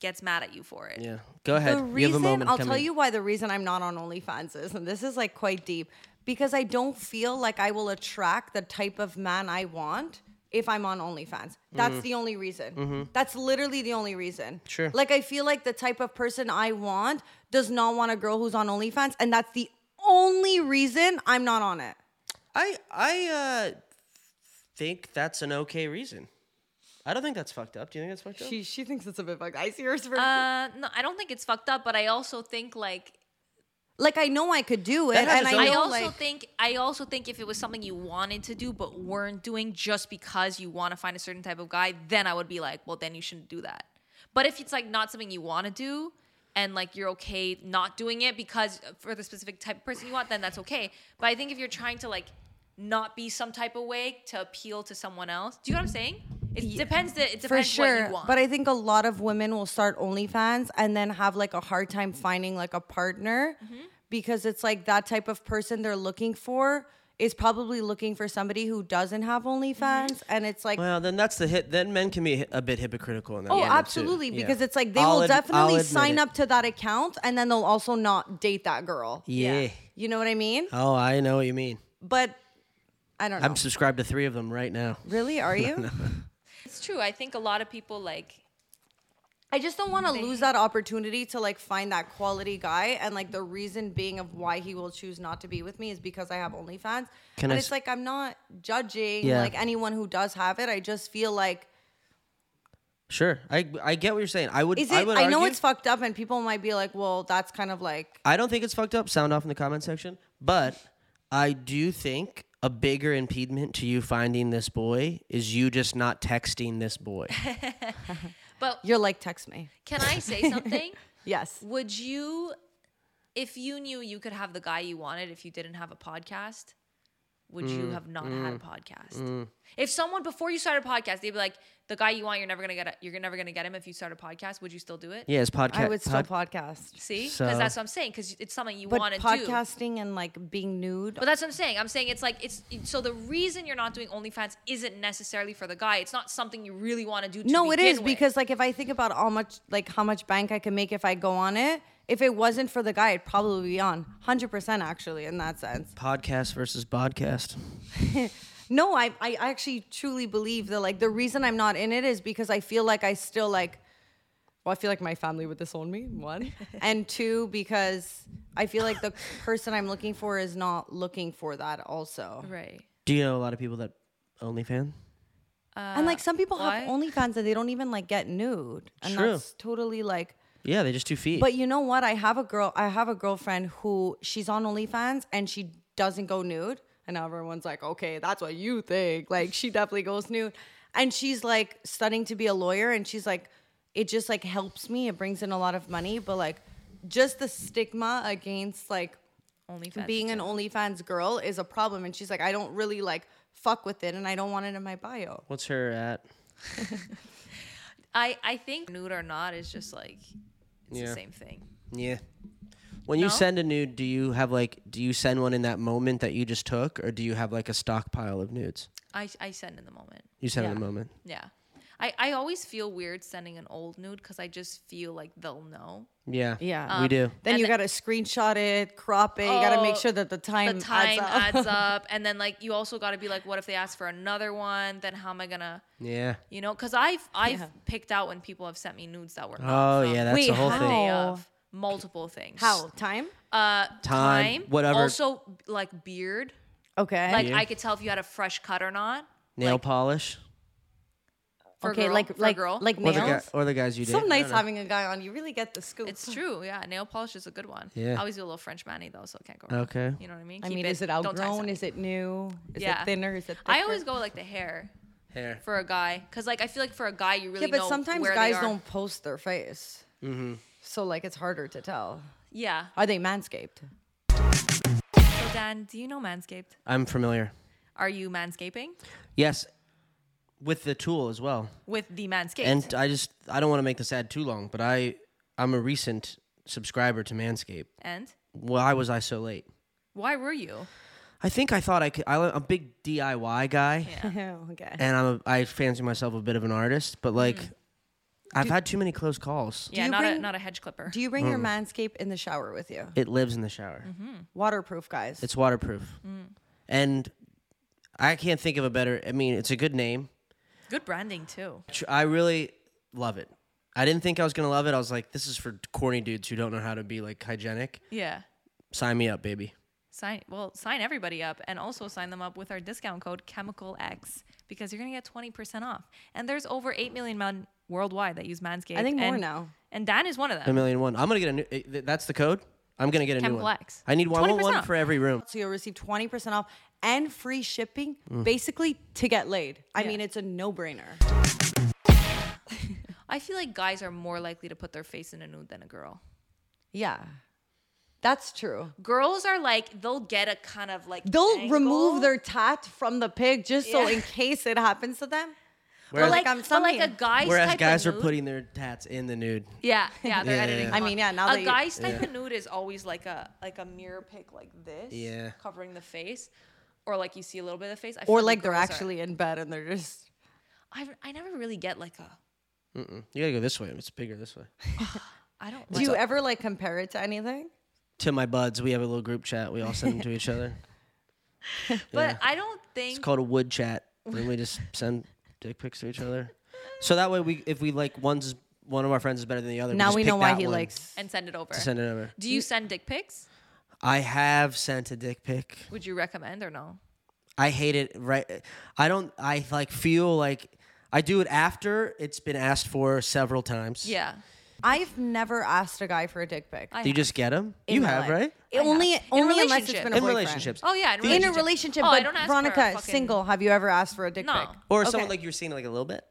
gets mad at you for it yeah. Go ahead. The you have a reason moment I'll coming. tell you why the reason I'm not on OnlyFans is, and this is like quite deep, because I don't feel like I will attract the type of man I want if I'm on OnlyFans. That's the only reason. That's literally the only reason. Mm-hmm. Sure. Like I feel like the type of person I want does not want a girl who's on OnlyFans, and that's the only reason I'm not on it. I I uh, think that's an okay reason. I don't think that's fucked up. Do you think that's fucked up? She she thinks it's a bit fucked. I see hers for Uh, no, I don't think it's fucked up, but I also think like like I know I could do it, That has and its I own- I know also like think I also think if it was something you wanted to do but weren't doing just because you want to find a certain type of guy, then I would be like, well, then you shouldn't do that. But if it's like not something you want to do and like you're okay not doing it because uh, for the specific type of person you want, then that's okay. But I think if you're trying to like not be some type of way to appeal to someone else, do you know what I'm saying? It depends. That it depends for what sure. you want. But I think a lot of women will start OnlyFans and then have like a hard time finding like a partner Mm-hmm. because it's like that type of person they're looking for is probably looking for somebody who doesn't have OnlyFans, Mm-hmm. and it's like. Well, then that's the hit. Then men can be hi- a bit hypocritical in that. Oh, manner, too. absolutely! Yeah. Because it's like they I'll will ad- I'll definitely admit sign it. up to that account, and then they'll also not date that girl. Yeah. You know what I mean? Oh, I know what you mean. But I don't know. I'm subscribed to three of them right now. really? Are you? it's true. I think a lot of people like I just don't want to lose that opportunity to like find that quality guy, and like the reason being of why he will choose not to be with me is because I have OnlyFans. Can but I it's s- like I'm not judging Yeah. like anyone who does have it. I just feel like Sure, I I get what you're saying. I would. is it? I, would I, know argue- it's fucked up, and people might be like, "Well, that's kind of like I don't think it's fucked up. Sound off in the comment section. But I do think a bigger impediment to you finding this boy is you just not texting this boy. but you're like text me." can I say something? Yes. Would you, if you knew you could have the guy you wanted if you didn't have a podcast, would you Mm, have not had a podcast? If someone before you started a podcast, they'd be like, "The guy you want, you're never gonna get. A, you're never gonna get him if you start a podcast." Would you still do it? Yeah, his podcast. I would still podcast. See, because So- that's what I'm saying. Because it's something you But want to do. podcasting and like being nude. But that's what I'm saying. I'm saying it's like it's so the reason you're not doing OnlyFans isn't necessarily for the guy. It's not something you really want to do. To no, it is begin with. because like if I think about how much like how much bank I can make if I go on it, if it wasn't for the guy, I'd probably be on 100% actually in that sense. podcast versus podcast. No, I I actually truly believe that like the reason I'm not in it is because I feel like I still like well, I feel like my family would disown me, one. and two, because I feel like the person I'm looking for is not looking for that also. right. Do you know a lot of people that OnlyFan? and like some people have Uh, why? OnlyFans and they don't even like get nude. And True. that's totally like Yeah, they just do feet. But you know what? I have a girl. I have a girlfriend who she's on OnlyFans and she doesn't go nude. And now everyone's like, okay, that's what you think. Like she definitely goes nude, and she's like studying to be a lawyer, and she's like, it just like helps me. It brings in a lot of money, but like, just the stigma against like OnlyFans. being an OnlyFans girl is a problem. And she's like, I don't really like fuck with it, and I don't want it in my bio. What's her at? I I think nude or not is just like it's Yeah. the same thing. Yeah. When you No? send a nude, do you have like do you send one in that moment that you just took, or do you have like a stockpile of nudes? I, I send in the moment. You send in Yeah. the moment. Yeah. I, I always feel weird sending an old nude because I just feel like they'll know. Yeah. Um, Yeah. we do. Then And you the- gotta screenshot it, crop it. you gotta make Oh, sure that the time, The time adds up. adds up. And then, like, you also got to be like, what if they ask for another one? Then how am I going to, Yeah. you know? Because I've, I've picked out when people have sent me nudes that were not Oh from yeah, that's Wait, the whole the thing. day How? of multiple things. How time? Uh, time, whatever. Also, like, beard. Okay. Like, I could tell if you had a fresh cut or not. Nail polish. For a okay, girl, like for a like girl. like Or nails. the, guy, or the guys you date. so I nice don't know. having a guy on. You really get the scoop. It's true, yeah. Nail polish is a good one. Yeah. I always do a little French mani though, so it can't go wrong. Okay. You know what I mean? I Keep mean, is it don't tax outgrown? it. Is it new? Is Yeah. it thinner? Is it? Thicker? I always go with, like the hair Hair. for a guy, cause like I feel like for a guy you really Yeah, but know sometimes where guys they are. don't post their face. So like it's harder to tell. Yeah. Are they manscaped? So Dan, do you know Manscaped? I'm familiar. Are you manscaping Yes, with the tool as well. with the Manscaped? And I just I don't want to make this ad too long, but I I'm a recent subscriber to Manscaped. And? Why was I so late? why were you? I think I thought I could. I, I'm a big DIY guy, okay. and I'm a, I fancy myself a bit of an artist. But like, Mm. I've had too many close calls. Yeah, you not a bring- not a hedge clipper. Do you bring your manscape in the shower with you? It lives in the shower. Waterproof, guys. It's waterproof, Mm. and I can't think of a better. I mean, it's a good name. good branding too. Tr- I really love it. I didn't think I was gonna love it. I was like, this is for corny dudes who don't know how to be like hygienic. Yeah. Sign me up, baby. Sign well, sign everybody up and also sign them up with our discount code Chemical X because you're gonna get twenty percent off. And there's over eight million men worldwide that use Manscaped. I think more and- now. And Dan is one of A them. million one. I'm gonna get a new. eh, th- That's the code. I'm gonna get a new one. Complex. I need one, one, one 20%. for every room. So you'll receive 20% off and free shipping basically to get laid. I Yeah. mean, it's a no brainer. I feel like guys are more likely to put their face in a nude than a girl. Yeah. That's true. Girls are like they'll get a kind of like They'll angle. remove their tat from the pig just so Yeah. in case it happens to them. but Whereas, like, I'm but like a something. guy's whereas type guys are of nude, putting their tats in the nude. Yeah, yeah, they're Yeah, editing. yeah. them I mean, on. yeah, now that a you- guy's type of nude is always like a like a mirror pic like this, Yeah. covering the face, or like you see a little bit of the face, I feel Or like they're girls are- actually in bed and they're just. I I never really get like a You gotta go this way. It's bigger this way. I don't Do like you ever like compare it to anything? To my buds, we have a little group chat. We all send them to each other. but I don't It's think called a wood chat. And we just send dick pics to each other. So that way, we if we like one's one of our friends is better than the other. now just we pick know why that he one likes. and send it over. to send Mm. it over. Do you send dick pics? I have sent a dick pic. Would you recommend or no? I hate it. Right. I don't. I like feel like I do it after it's been asked for several times. Yeah. I've never asked a guy for a dick pic. Do you just get them? in you my have life. right. It only, have. In only unless it's relationships. been a In boyfriend. relationships. Oh yeah, in, Do you- In a relationship. relationship, Oh, I but don't ask for a Veronica, fucking- single. Have you ever asked for a dick No. pic? Or Okay. someone like you were seeing like a little bit.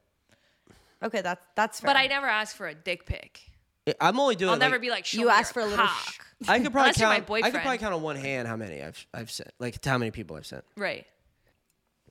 Okay, that's that's fair. But I never ask for a dick pic. I- I'm only doing. I'll it, never Oh, like- be like, Show You me ask your for a little cock." sh- I could probably unless you're my count. I could probably boyfriend. count on one hand how many I've I've sent. Like to how many people I've sent. right.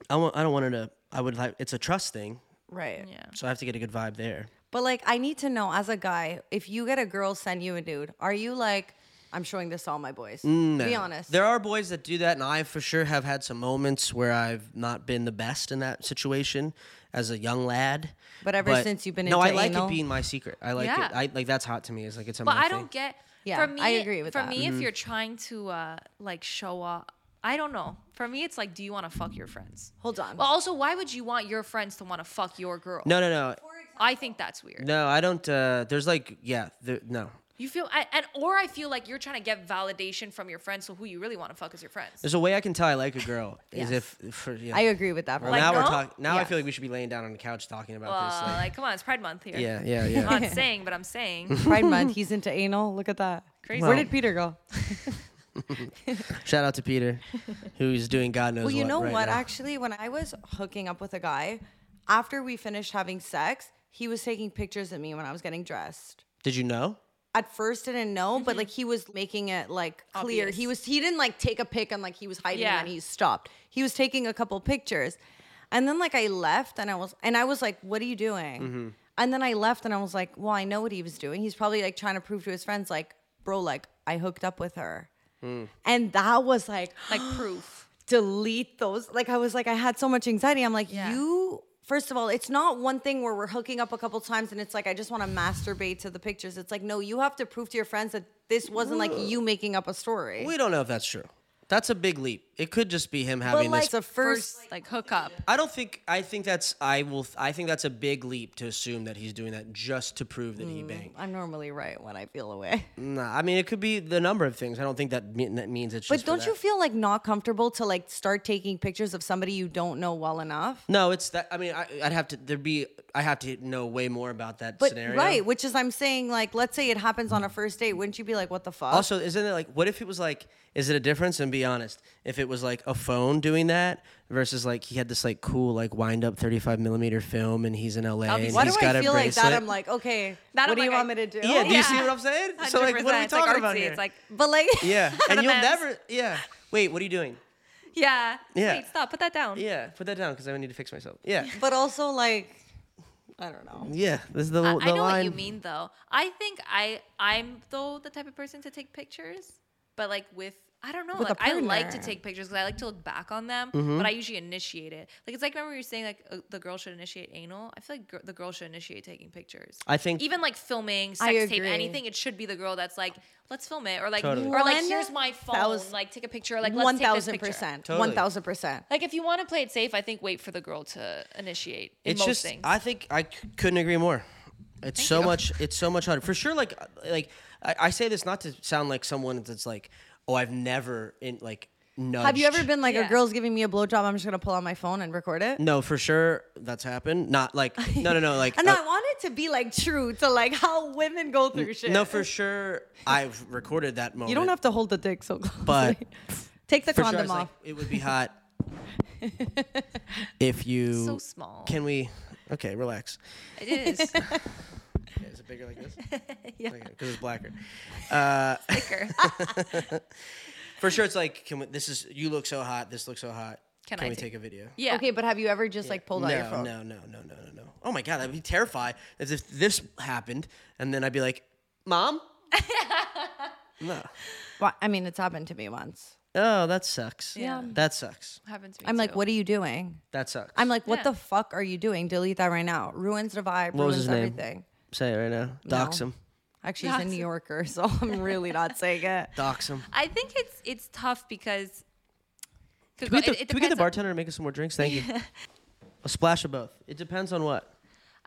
I want. I don't want her to. I would like. It's a trust thing, right. Yeah. so I have to get a good vibe there. But like, I need to know as a guy, if you get a girl send you a dude, are you like, I'm showing this to all my boys? Be honest. Mm, There are boys that do that, and I for sure have had some moments where I've not been the best in that situation as a young lad. But ever since you've been no, into I like anal- it being my secret. I like Yeah. it. I like that's hot to me. It's like it's a. But my I don't thing. Mm-hmm. get. Yeah, for me, I agree with For that. me, if you're trying to uh, like show up, I don't know. For me, it's like, do you want to fuck your friends? Hold on. But also, why would you want your friends to want to fuck your girl? No, no, no, I think that's weird. no. I don't. Uh, there's like yeah. There, no, You feel I, and or I feel like you're trying to get validation from your friends. So who you really want to fuck is your friends. there's a way I can tell I like a girl is if for yeah. I agree with that. Well, Like now we're girl? talking. Now I Yeah. feel like we should be laying down on the couch talking about Uh, this. Like, like, come on, it's Pride Month here. yeah, yeah, yeah. I'm not saying, but I'm saying. Pride Month, he's into anal. Look at that. Crazy. Where did Peter go? Shout out to Peter, who's doing God knows Well, you what. know right what? now. Actually, when I was hooking up with a guy, after we finished having sex, he was taking pictures of me when I was getting dressed. Did you know? At first, didn't know, but like he was making it like clear. He Mm-hmm. Obvious. was he didn't like take a pic and like he was hiding Yeah. and he stopped. He was taking a couple pictures, and then like I left and I was and I was like, "What are you doing?" And then I left and I was like, "Well, I know what he was doing. He's probably like trying to prove to his friends, like, bro, like I hooked up with her." And that was like Like proof. delete those. Like I was like, I had so much anxiety. I'm like, Yeah. you. First of all, it's not one thing where we're hooking up a couple times and it's like I just want to masturbate to the pictures. It's like no, you have to prove to your friends that this wasn't like you making up a story. We don't know if that's true. That's a big leap. It could just be him but having like this. the first, First, like hookup. I don't think. I think that's. I will. I think that's a big leap to assume that he's doing that just to prove that Mm. he banged. I'm normally right when I feel away. Nah, I mean, it could be the number of things. I don't think that, mean, that means it's. But just for don't you that. feel like not comfortable to like start taking pictures of somebody you don't know well enough? No, it's that. I mean, I, I'd have to. There'd be. I have to know way more about that But scenario. right, which is I'm saying like let's say it happens on a first date, wouldn't you be like what the fuck? Also, isn't it like, what if it was like, is it a difference? And be honest, if it was like a phone doing that versus like he had this like cool like wind up 35 millimeter film and he's in LA be and sick. Why he's do got I a feel like bracelet. that? I'm like, okay, That what I'm do you like, want I- me to do? yeah, do you see Yeah. what I'm saying? So like, what are 100%. we It's like talking about artsy. here? It's like, But like, yeah, for and the you'll memes. never, yeah. Wait, what are you doing? yeah. Yeah. Wait, stop. Put that down. Yeah, put that down because I need to fix myself. Yeah, but also like, I don't know. yeah. This is the, I, the I know line. what you mean though. I think I I'm though the type of person to take pictures, but like with I don't know. With a like I like to partner. take pictures because I like to look back on them, Mm-hmm. but I usually initiate it. Like it's like remember you were saying like uh, the girl should initiate anal. I feel like gr- the girl should initiate taking pictures. I think- even like filming, I sex tape, agree. anything. It should be the girl that's like, let's film it, or like, Totally. or like One here's my phone, thousand- like take a picture, like let's One take this thousand picture. percent. Totally. One thousand percent. Like if you want to play it safe, I think wait for the girl to initiate. In it's most just things. i think i c- couldn't agree more it's so you. much it's so much harder for sure like like I, I say this not to sound like someone that's like oh, I've never in like nudged. Have you ever been like Yeah. a girl's giving me a blowjob? I'm just gonna pull out my phone and record it. No, for sure that's happened. Not like no, no, no. Like And uh, I want it to be like true to like how women go through shit. no, for sure I've recorded that moment. you don't have to hold the dick so close. But take the for sure, I condom was like, off. it would be hot if you So small. Can we? Okay, relax. It is Yeah, is it bigger like this? yeah, because it's blacker. Uh, thicker. for sure, it's like can we, this is you look so hot. This looks so hot. Can can I we take- take a video? Yeah. Okay, but have you ever just like pulled no, out your phone? No, no, no, no, no, no. Oh my god, I'd be terrified if if this happened, and then I'd be like, "Mom." no. Why- I mean, it's happened to me once. Oh, that sucks. Yeah. That sucks. Happens to me I'm like, too. what are you doing? That sucks. I'm like, what Yeah. the fuck are you doing? Delete that right now. Ruins the vibe. What was ruins his name? everything. say it right now. Dox No. him. Actually, he's a New Yorker, so I'm really not saying it. Dox him. I think it's it's tough because. Can we, get it- the, it can we get the depends on- bartender to make us some more drinks? Thank you. a splash of both. It depends on what.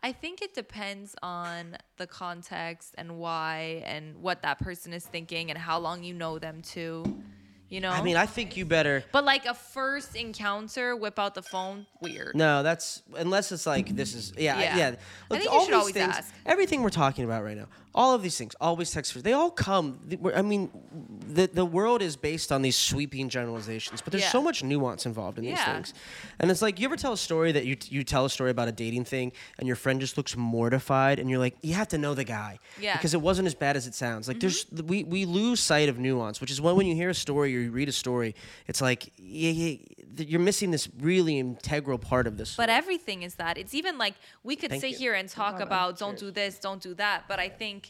I think it depends on the context and why and what that person is thinking and how long you know them too. You know? I mean, I think you better. but like a first encounter, whip out the phone, weird. No, that's unless it's like this is yeah yeah. Yeah. Look, I think you all should these always things, ask. Everything we're talking about right now, all of these things, always text first. They all come. th- we're- I mean, the the world is based on these sweeping generalizations, but there's Yeah. so much nuance involved in these Yeah. things. And it's like you ever tell a story that you you tell a story about a dating thing, and your friend just looks mortified, and you're like, you have to know the guy, Yeah. because it wasn't as bad as it sounds. Like there's Mm-hmm. we we lose sight of nuance, which is why when you hear a story or you read a story, it's like yeah, yeah, th- you're missing this really integral part of this. But everything is that. It's even like we could sit you. here and talk about don't do this, don't do that. But I think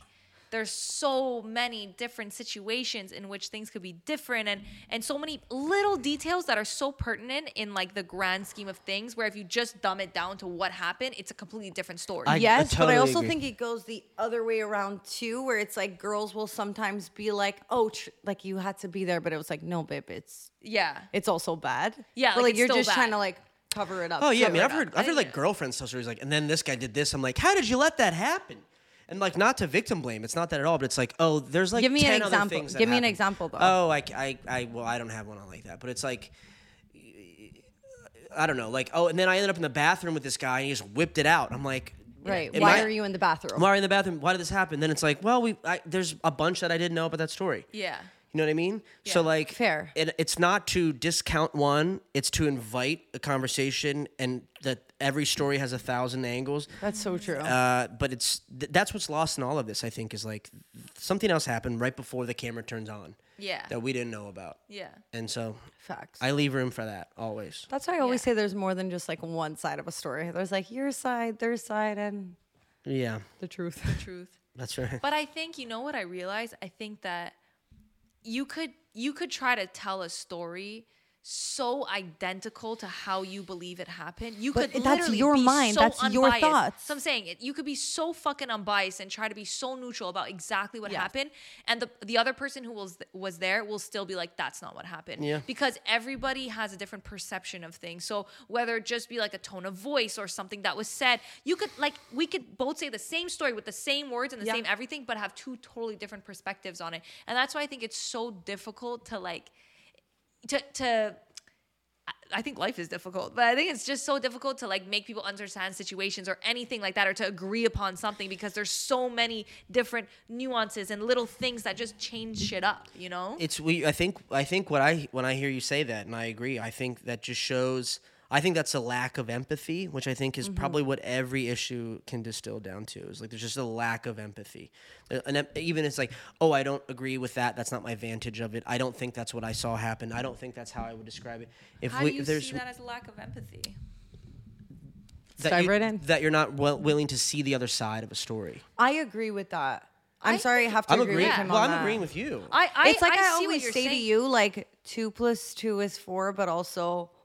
there's so many different situations in which things could be different and and so many little details that are so pertinent in like the grand scheme of things where if you just dumb it down to what happened, it's a completely different story. I- Yes, but totally I also agree. think it goes the other way around too, where it's like girls will sometimes be like, "Oh, tr- like you had to be there," but it was like, "No, babe, it's yeah. it's also bad." Yeah, but like, like, it's you're still just bad. trying to like cover it up. Oh yeah, I cover mean, it I've heard, up. I've heard yeah. like girlfriends tell stories like, and then this guy did this. I'm like, how did you let that happen? And like, not to victim blame, it's not that at all. But it's like, oh, there's like Give me an 10 other example. things that Give me an happened. example, though. Oh, I, I, I, well, I don't have one on like that. But it's like, I don't know, like, oh, and then I ended up in the bathroom with this guy, and he just whipped it out. I'm like, right. am Why I- are you in the bathroom? Why are you in the bathroom? Why did this happen? Then it's like, well, we, I, there's a bunch that I didn't know about that story. Yeah. You know what I mean? So Yeah. like Fair. It, it's not to discount one, it's to invite a conversation and that every story has a thousand angles. That's so true. Uh, but it's th- that's what's lost in all of this, I think, is like something else happened right before the camera turns on. Yeah. That we didn't know about. Yeah. And so Facts. I leave room for that always. That's why I always say there's more than just like one side of a story. There's like your side, their side, and Yeah. the truth. Truth. That's right. But I think you know what I realized? I think that you could you could try to tell a story so identical to how you believe it happened. You But could that's literally your be mind. so That's your unbiased. thoughts. So I'm saying it, you could be so fucking unbiased and try to be so neutral about exactly what Yeah. happened, and the the other person who was was there will still be like, "That's not what happened." Yeah. Because everybody has a different perception of things. So whether it just be like a tone of voice or something that was said, you could like we could both say the same story with the same words and the Yeah. same everything, but have two totally different perspectives on it. And that's why I think it's so difficult to like to to I think life is difficult, but I think it's just so difficult to like make people understand situations or anything like that or to agree upon something because there's so many different nuances and little things that just change shit up, you know? it's we I think I think what I when I hear you say that and I agree, I think that just shows I think that's a lack of empathy, which I think is Mm-hmm. probably what every issue can distill down to. Is like there's just a lack of empathy, Uh, and em- even it's like, oh, I don't agree with that. That's not my vantage of it. I don't think that's what I saw happen. I don't think that's how I would describe it. If How we, do you if there's see that as a lack of empathy? that Dive you- right in. that you're not well, willing to see the other side of a story. I agree with that. I'm I sorry, I have to I'm agree agreeing. with him Well, on I'm that. agreeing with you. I, I it's like I, see what always you're say to saying. you, like two plus two is four, but also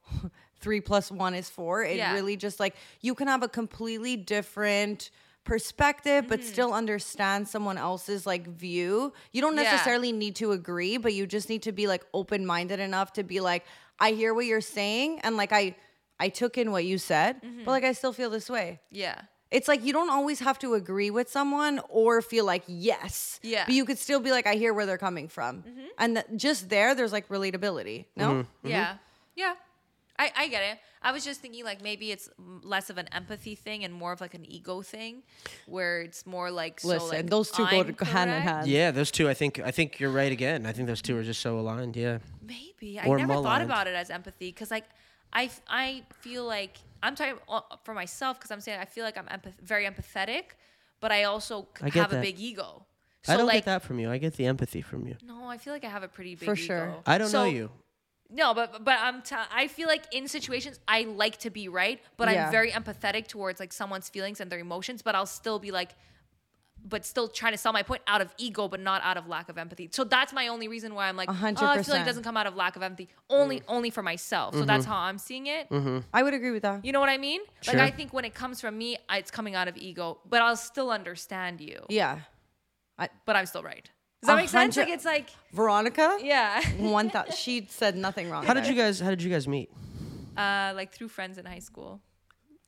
three plus one is four. It Yeah. really just like you can have a completely different perspective, but Mm-hmm. still understand someone else's like view. You don't Yeah. necessarily need to agree, but you just need to be like open minded enough to be like, I hear Mm-hmm. what you're saying, and like I, I took in what you said, but like I still feel this way. Yeah. It's like you don't always have to agree with someone or feel like yes. Yeah. Mm-hmm. But you could still be like, I hear where they're coming from. And th- just there, there's like relatability. No? Yeah. Yeah. I, I get it. I was just thinking like maybe it's m- less of an empathy thing and more of like an ego thing where it's more like so Listen, like, those two go I'm to- hand in correct? hand. Yeah, those two. I think. I think you're right again. I think those two are just so aligned. Yeah. Maybe I Or never thought maligned. about it as empathy because like I f- I feel like I'm talking uh, for myself because I'm saying I feel like I'm empath- very empathetic, but I also c- I get have a that. big ego. I don't like get that from you. I get the empathy from you. no, I feel like I have a pretty big For ego. sure. I don't So- know you. No, but but I'm t- I feel like in situations I like to be right, but Yeah. I'm very empathetic towards like someone's feelings and their emotions, but I'll still be like but still trying to sell my point out of ego but not out of lack of empathy. So that's my only reason why I'm like A hundred oh I feel like percent. it doesn't come out of lack of empathy. Only only for myself. So that's how I'm seeing it. I would agree with that. You know what I mean? Sure. Like I think when it comes from me, I- it's coming out of ego, but I'll still understand you. Yeah. But I'm still right. Does that A make sense? hundred- Like it's like Veronica? yeah. One thought. She said nothing wrong. How did there. you guys? How did you guys meet? uh, like through friends in high school.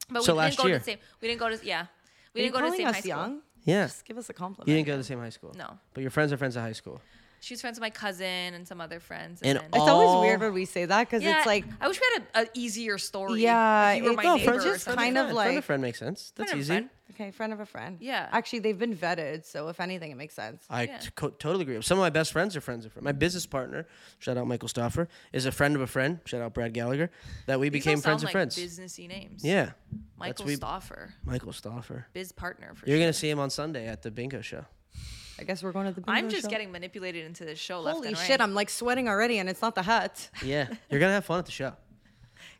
But So we last didn't go year. to the same. We didn't go to yeah. We Are you didn't go to the calling same us high school. young? Yeah. Just give us a compliment. You didn't go to the same high school. No. But your friends are friends at high school. She was friends with my cousin and some other friends. And then- all- It's Oh. always weird when we say that because yeah, it's like I wish we had a, a easier story. Yeah, like you were it- my no, no, friends neighbor. or just something. kind friend of to like- friend, friend makes sense. That's Friend to easy. friend. okay, friend of a friend. Yeah. Actually, they've been vetted, so if anything, it makes sense. I t- co- totally agree. Some of my best friends are friends of friends. My business partner, shout out Michael Stoffer, is a friend of a friend. Shout out Brad Gallagher. That we These all became sound friends of like friends. Businessy names. yeah. Michael we- Stoffer, Michael Stoffer. biz partner for You're sure. gonna see him on Sunday at the bingo show. I guess we're going to the. I'm bingo just show. getting manipulated into this show left Holy and shit! I'm like sweating already, and it's not the hat. Yeah. You're gonna have fun at the show.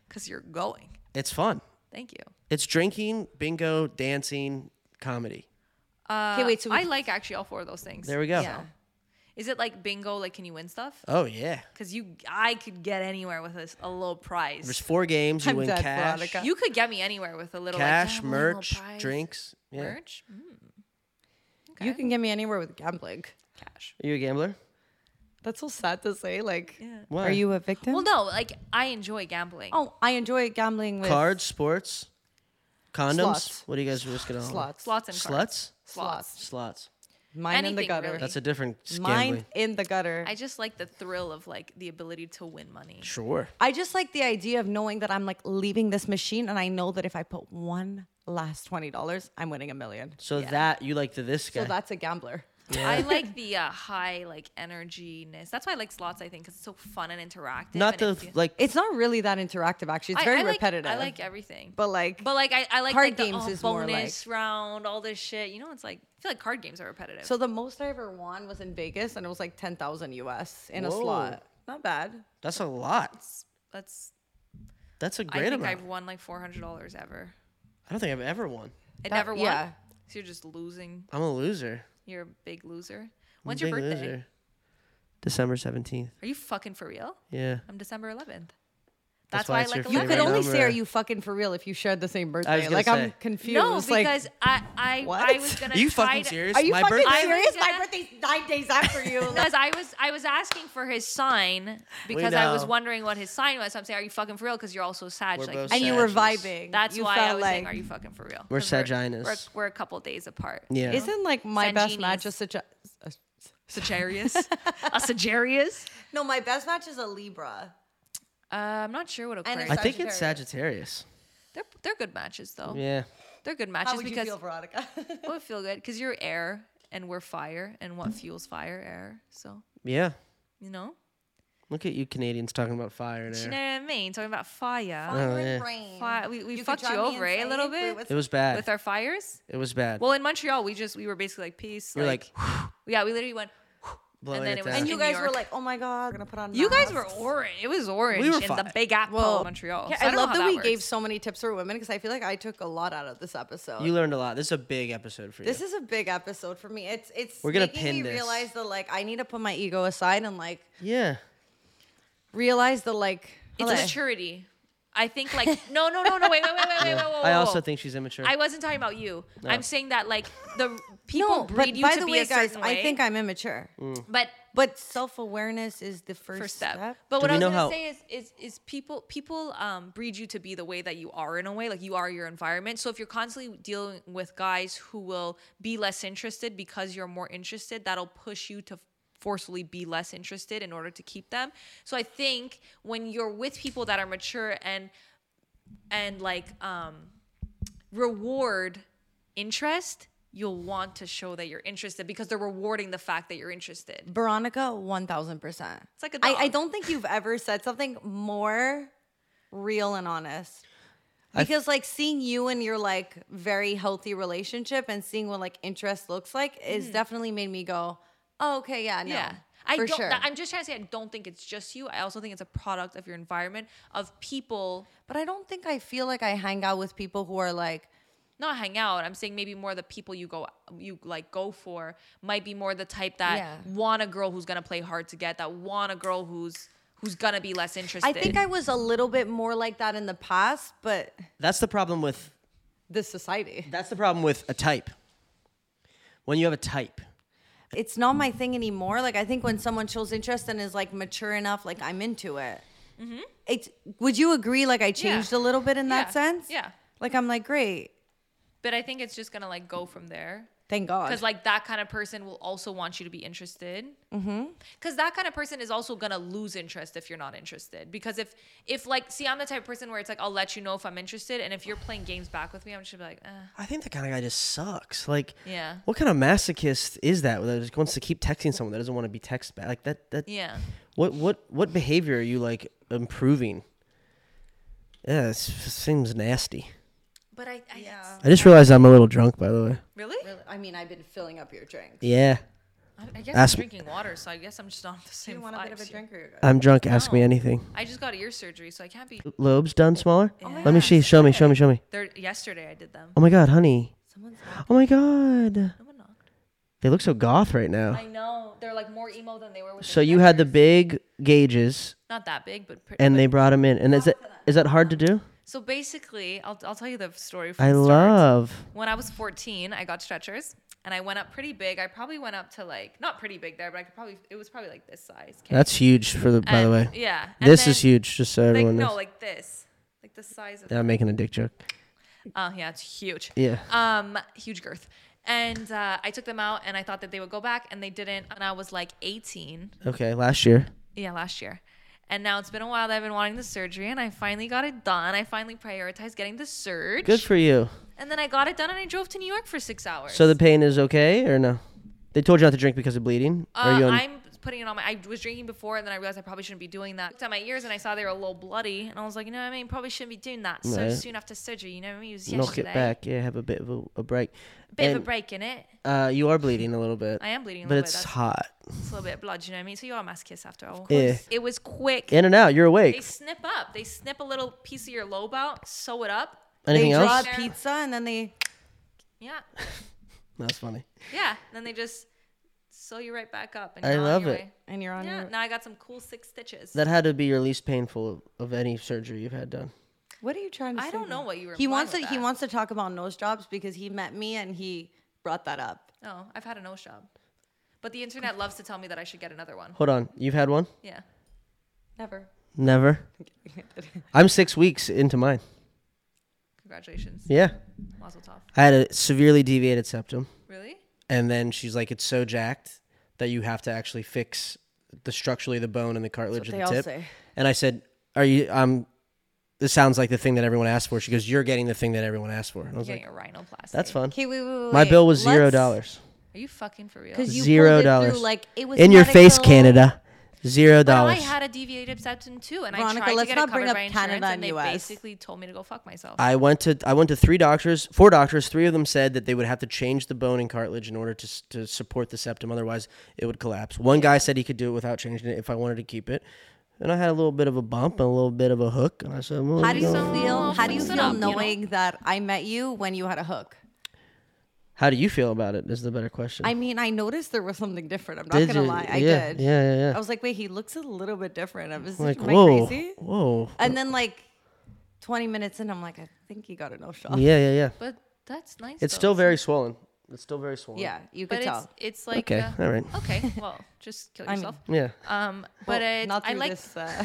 because you're going. It's fun. Thank you. It's drinking, bingo, dancing, comedy. Uh, Okay, wait, so we- I like actually all four of those things. There we go. Yeah. Is it like bingo? Like, can you win stuff? Oh yeah. Because you, I could get anywhere with this, a little prize. There's four games. You I'm win dead, cash, Veronica. You could get me anywhere with a little cash, like, yeah, we'll merch, buy drinks. Yeah. merch, Mm, You Okay. can get me anywhere with gambling. cash. Are you a gambler? That's so sad to say. Like, Why? are you a victim? Well, no, like I enjoy gambling. oh, I enjoy gambling with Cards, sports, condoms. Slots. What do you guys risk it on? slots. slots and cards. Sluts. Slots. Slots. Mine in the Anything, gutter. really. That's a different scam. Mine in the gutter. I just like the thrill of like the ability to win money. Sure. I just like the idea of knowing that I'm like leaving this machine, and I know that if I put one last twenty dollars, I'm winning a million. So that you like the this guy. So that's a gambler. I like the uh, high like energiness. That's why I like slots. I think because it's so fun and interactive. and Not the it feel- like. It's not really that interactive, actually. It's I- very I like- repetitive. I like everything, but like, but like I, I like Card like, the, games oh, is more bonus round, all this shit. You know, it's like I feel like card games are repetitive. so the most I ever won was in Vegas, and it was like ten thousand US in a Whoa. slot. Not bad. that's a lot. that's That's a I great think amount. I've won like four hundred dollars ever. I don't think I've ever won. It That- never won. yeah. So you're just losing. I'm a loser. You're a big loser. When's I'm a your big birthday? loser. December seventeenth. Are you fucking for real? Yeah. I'm December 11th. That's That's, why why, it's I like your You Favorite could only say, number. "Are you fucking for real?" if you shared the same birthday. gonna like, I'm say. confused. No, Like, because I I I What? was gonna. Are you try fucking to- serious? are you My fucking birthday. I was serious? My gonna- birthday's nine days after you. Like, Because I was I was asking for his sign because I was know. wondering what his sign was. So I'm saying, are you fucking for real? Because you're also sad. We're like, both and you were Sagittarius. vibing. That's you why I felt was like, saying, are you fucking for real? We're 'Cause We're, Sagittarius. we're a couple days apart. Yeah. Isn't like my best Sangenis. match is such a. Sagittarius, a Sagittarius. No, my best match is a Libra. Uh, I'm not sure what a Aquarius. I think it's Sagittarius. They're they're good matches though. Yeah. They're good How matches would because you feel, Veronica? it would feel good because you're air and we're fire, and what fuels fire? Air. So Yeah. you know, Look at you Canadians talking about fire and Do you air. know what I mean? Talking about fire. Oh, yeah. Fire. We, we fucked you over eh, a little bit It was bad. with our fires. it was bad. Well, in Montreal, we just we were basically like peace. You're like, yeah, we literally went. blowing and then it it was- down. and Yeah. you In guys New were York. like, "Oh my god, we're gonna put on." You guys were masks." orange. It was orange were in the fire. Big Apple, Well, Montreal. Yeah, So I, don't know love how that, we works. gave so many tips for women because I feel like I took a lot out of this episode. You learned a lot. This is a big episode for you. this is a big episode for me. It's it's We're gonna making pin me this. realize that like I need to put my ego aside and like yeah. realize that like It's hello. maturity. I think like no no no no wait wait wait wait wait wait. wait, I also wait. think she's immature. I wasn't talking about you. I'm saying that like the people No, breed but you by to the be way, a guys, certain I way, Mm. think I'm immature. but But self awareness is the first, first step. step. But what I we was know gonna how- say is, is, is people people um, breed you to be the way that you are in a way, like you are your environment. So if you're constantly dealing with guys who will be less interested because you're more interested, that'll push you to forcefully be less interested in order to keep them. So I think when you're with people that are mature and and like um, reward interest. You'll want to show that you're interested because they're rewarding the fact that you're interested. Veronica, one thousand percent. It's like a I, I dog. don't think you've ever said something more real and honest. Because like seeing you in your like very healthy relationship and seeing what like interest looks like is definitely made me go, oh, okay, yeah, no, Mm. Yeah. I for don't sure. I'm just trying to say I don't think it's just you. I also think it's a product of your environment, of people but I don't think I feel like I hang out with people who are like not hang out. I'm saying maybe more the people you go you like go for might be more the type that Yeah. want a girl who's gonna play hard to get, that want a girl who's who's gonna be less interested. I think I was a little bit more like that in the past, but That's the problem with this society. that's the problem with a type. When you have a type. It's not my thing anymore. Like I think when someone shows interest and is like mature enough, like I'm into it. It's would you agree like I changed a little bit in that Mm-hmm. Yeah. sense? Yeah. Like I'm like, great. but I think it's just gonna like go from there. Thank God. Because like that kind of person will also want you to be interested. Because that kind of person is also gonna lose interest if you're not interested. Because if if like see, I'm the type of person where it's like I'll let you know if I'm interested, and if you're playing games back with me, I'm just gonna be like, eh. I think that kind of guy just sucks. Like, Yeah. what kind of masochist is that? That just wants to keep texting someone that doesn't want to be texted back. Like that. That. yeah. What what what behavior are you like improving? Yeah, this seems nasty. But I, I yeah. I just realized I'm a little drunk, by the way. really, I mean, I've been filling up your drink. Yeah, I, I guess Ask- I'm drinking water, so I guess I'm just not on the same. You want a bit vibes of a here. drink or you're good? I'm drunk. Ask me No. anything. I just got ear surgery, so I can't be. Lobes done smaller. Oh, Yeah. Let me see. Show me. Show me. Show me. There, yesterday I did them. Oh my god, honey. Someone's Oh my god. No one knocked. They look so goth right now. I know they're like more emo than they were. With So the you had the Deckers. big gauges, not that big, but pretty. and they brought him in. And is that is that hard to do? So basically, I'll, I'll tell you the story. From I the start. love. When I was 14, I got stretchers and I went up pretty big. I probably went up to like, not pretty big there, but I could probably, it was probably like this size. okay? That's huge for the. By the And- way, Yeah. and this is then, huge. Just so Like, everyone knows. no, like this. Like the size of I'm making a dick joke. Oh yeah, it's huge. Yeah. Um, huge girth. And uh, I took them out, and I thought that they would go back, and they didn't. And I was like 18, Okay, last year. yeah, last year. And now it's been a while that I've been wanting the surgery, and I finally got it done. I finally prioritized getting the surge. Good for you. And then I got it done, and I drove to New York for six hours. So the pain is okay or no? They told you not to drink because of bleeding. Uh, you I'm putting it on my. I was drinking before, and then I realized I probably shouldn't be doing that. Looked at my ears, and I saw they were a little bloody, and I was like, you know what I mean? Probably shouldn't be doing that so Right. soon after surgery. You know what I mean? It was yesterday. knock it back? Yeah, have a bit of a, a break. Bit of And, a break in it. Uh, you are bleeding a little bit. I am bleeding a But little bit. it's That's- hot. It's a little bit of blood, you know what I mean? So you are a masochist after all. Yeah. It was quick. In and out. You're They awake. snip up. They snip a little piece of your lobe out, sew it up. Anything they else? draw pizza and then they. Yeah. That's funny. Yeah. And then they just sew you right back up. And I you're on love your it. way. And you're on Yeah. your. Now I got some cool six stitches. That had to be your least painful of, of any surgery you've had done. What are you trying to? I say don't know there? what you were He implying wants to. with He that. wants to talk about nose jobs because he met me and he brought that up. no, Oh, I've had a nose job. But the internet loves to tell me that I should get another one. Hold on. You've had one? Yeah. Never. Never. I'm six weeks into mine. Congratulations. Yeah. Mazel tov. I had a severely deviated septum. Really? and then she's like, "It's so jacked that you have to actually fix the structurally the bone and the cartilage what of they all the tip." say. And I said, "Are you? Um, this sounds like the thing that everyone asked for." She goes, "You're getting the thing that everyone asked for." And I was Getting like, a rhinoplasty. "That's fun." Okay, wait, wait, wait. My wait. bill was zero Let's- dollars. Are you fucking for real? Because you Zero pulled it dollars. Through, like it was In your face, medical. Canada. Zero But I dollars. had a deviated septum too, and Veronica, I tried let's to get not it bring covered up by insurance, Canada and and they US. basically told me to go fuck myself. I went to I went to three doctors, four doctors. Three of them said that they would have to change the bone and cartilage in order to s- to support the septum, otherwise it would collapse. One guy said he could do it without changing it if I wanted to keep it, and I had a little bit of a bump and a little bit of a hook, and I said, well, How do you no. feel? How do you fix it feel up, you know? knowing that I met you when you had a hook? How do you feel about it? Is the better question. I mean, I noticed there was something different. I'm not Did gonna you? lie, I Yeah, did. yeah, yeah, yeah. I was like, wait, he looks a little bit different. I was like, like, am whoa, I crazy? whoa, And then like 20 minutes in, I'm like, I think he got a no shot. yeah, yeah, yeah. But Oh. that's nice. It's though. still very swollen. It's still very swollen. Yeah, you But could it's tell. it's like Okay. uh, All right. okay. Well, just kill mean, yourself. Yeah. um, but Well, it, not I through like This, uh,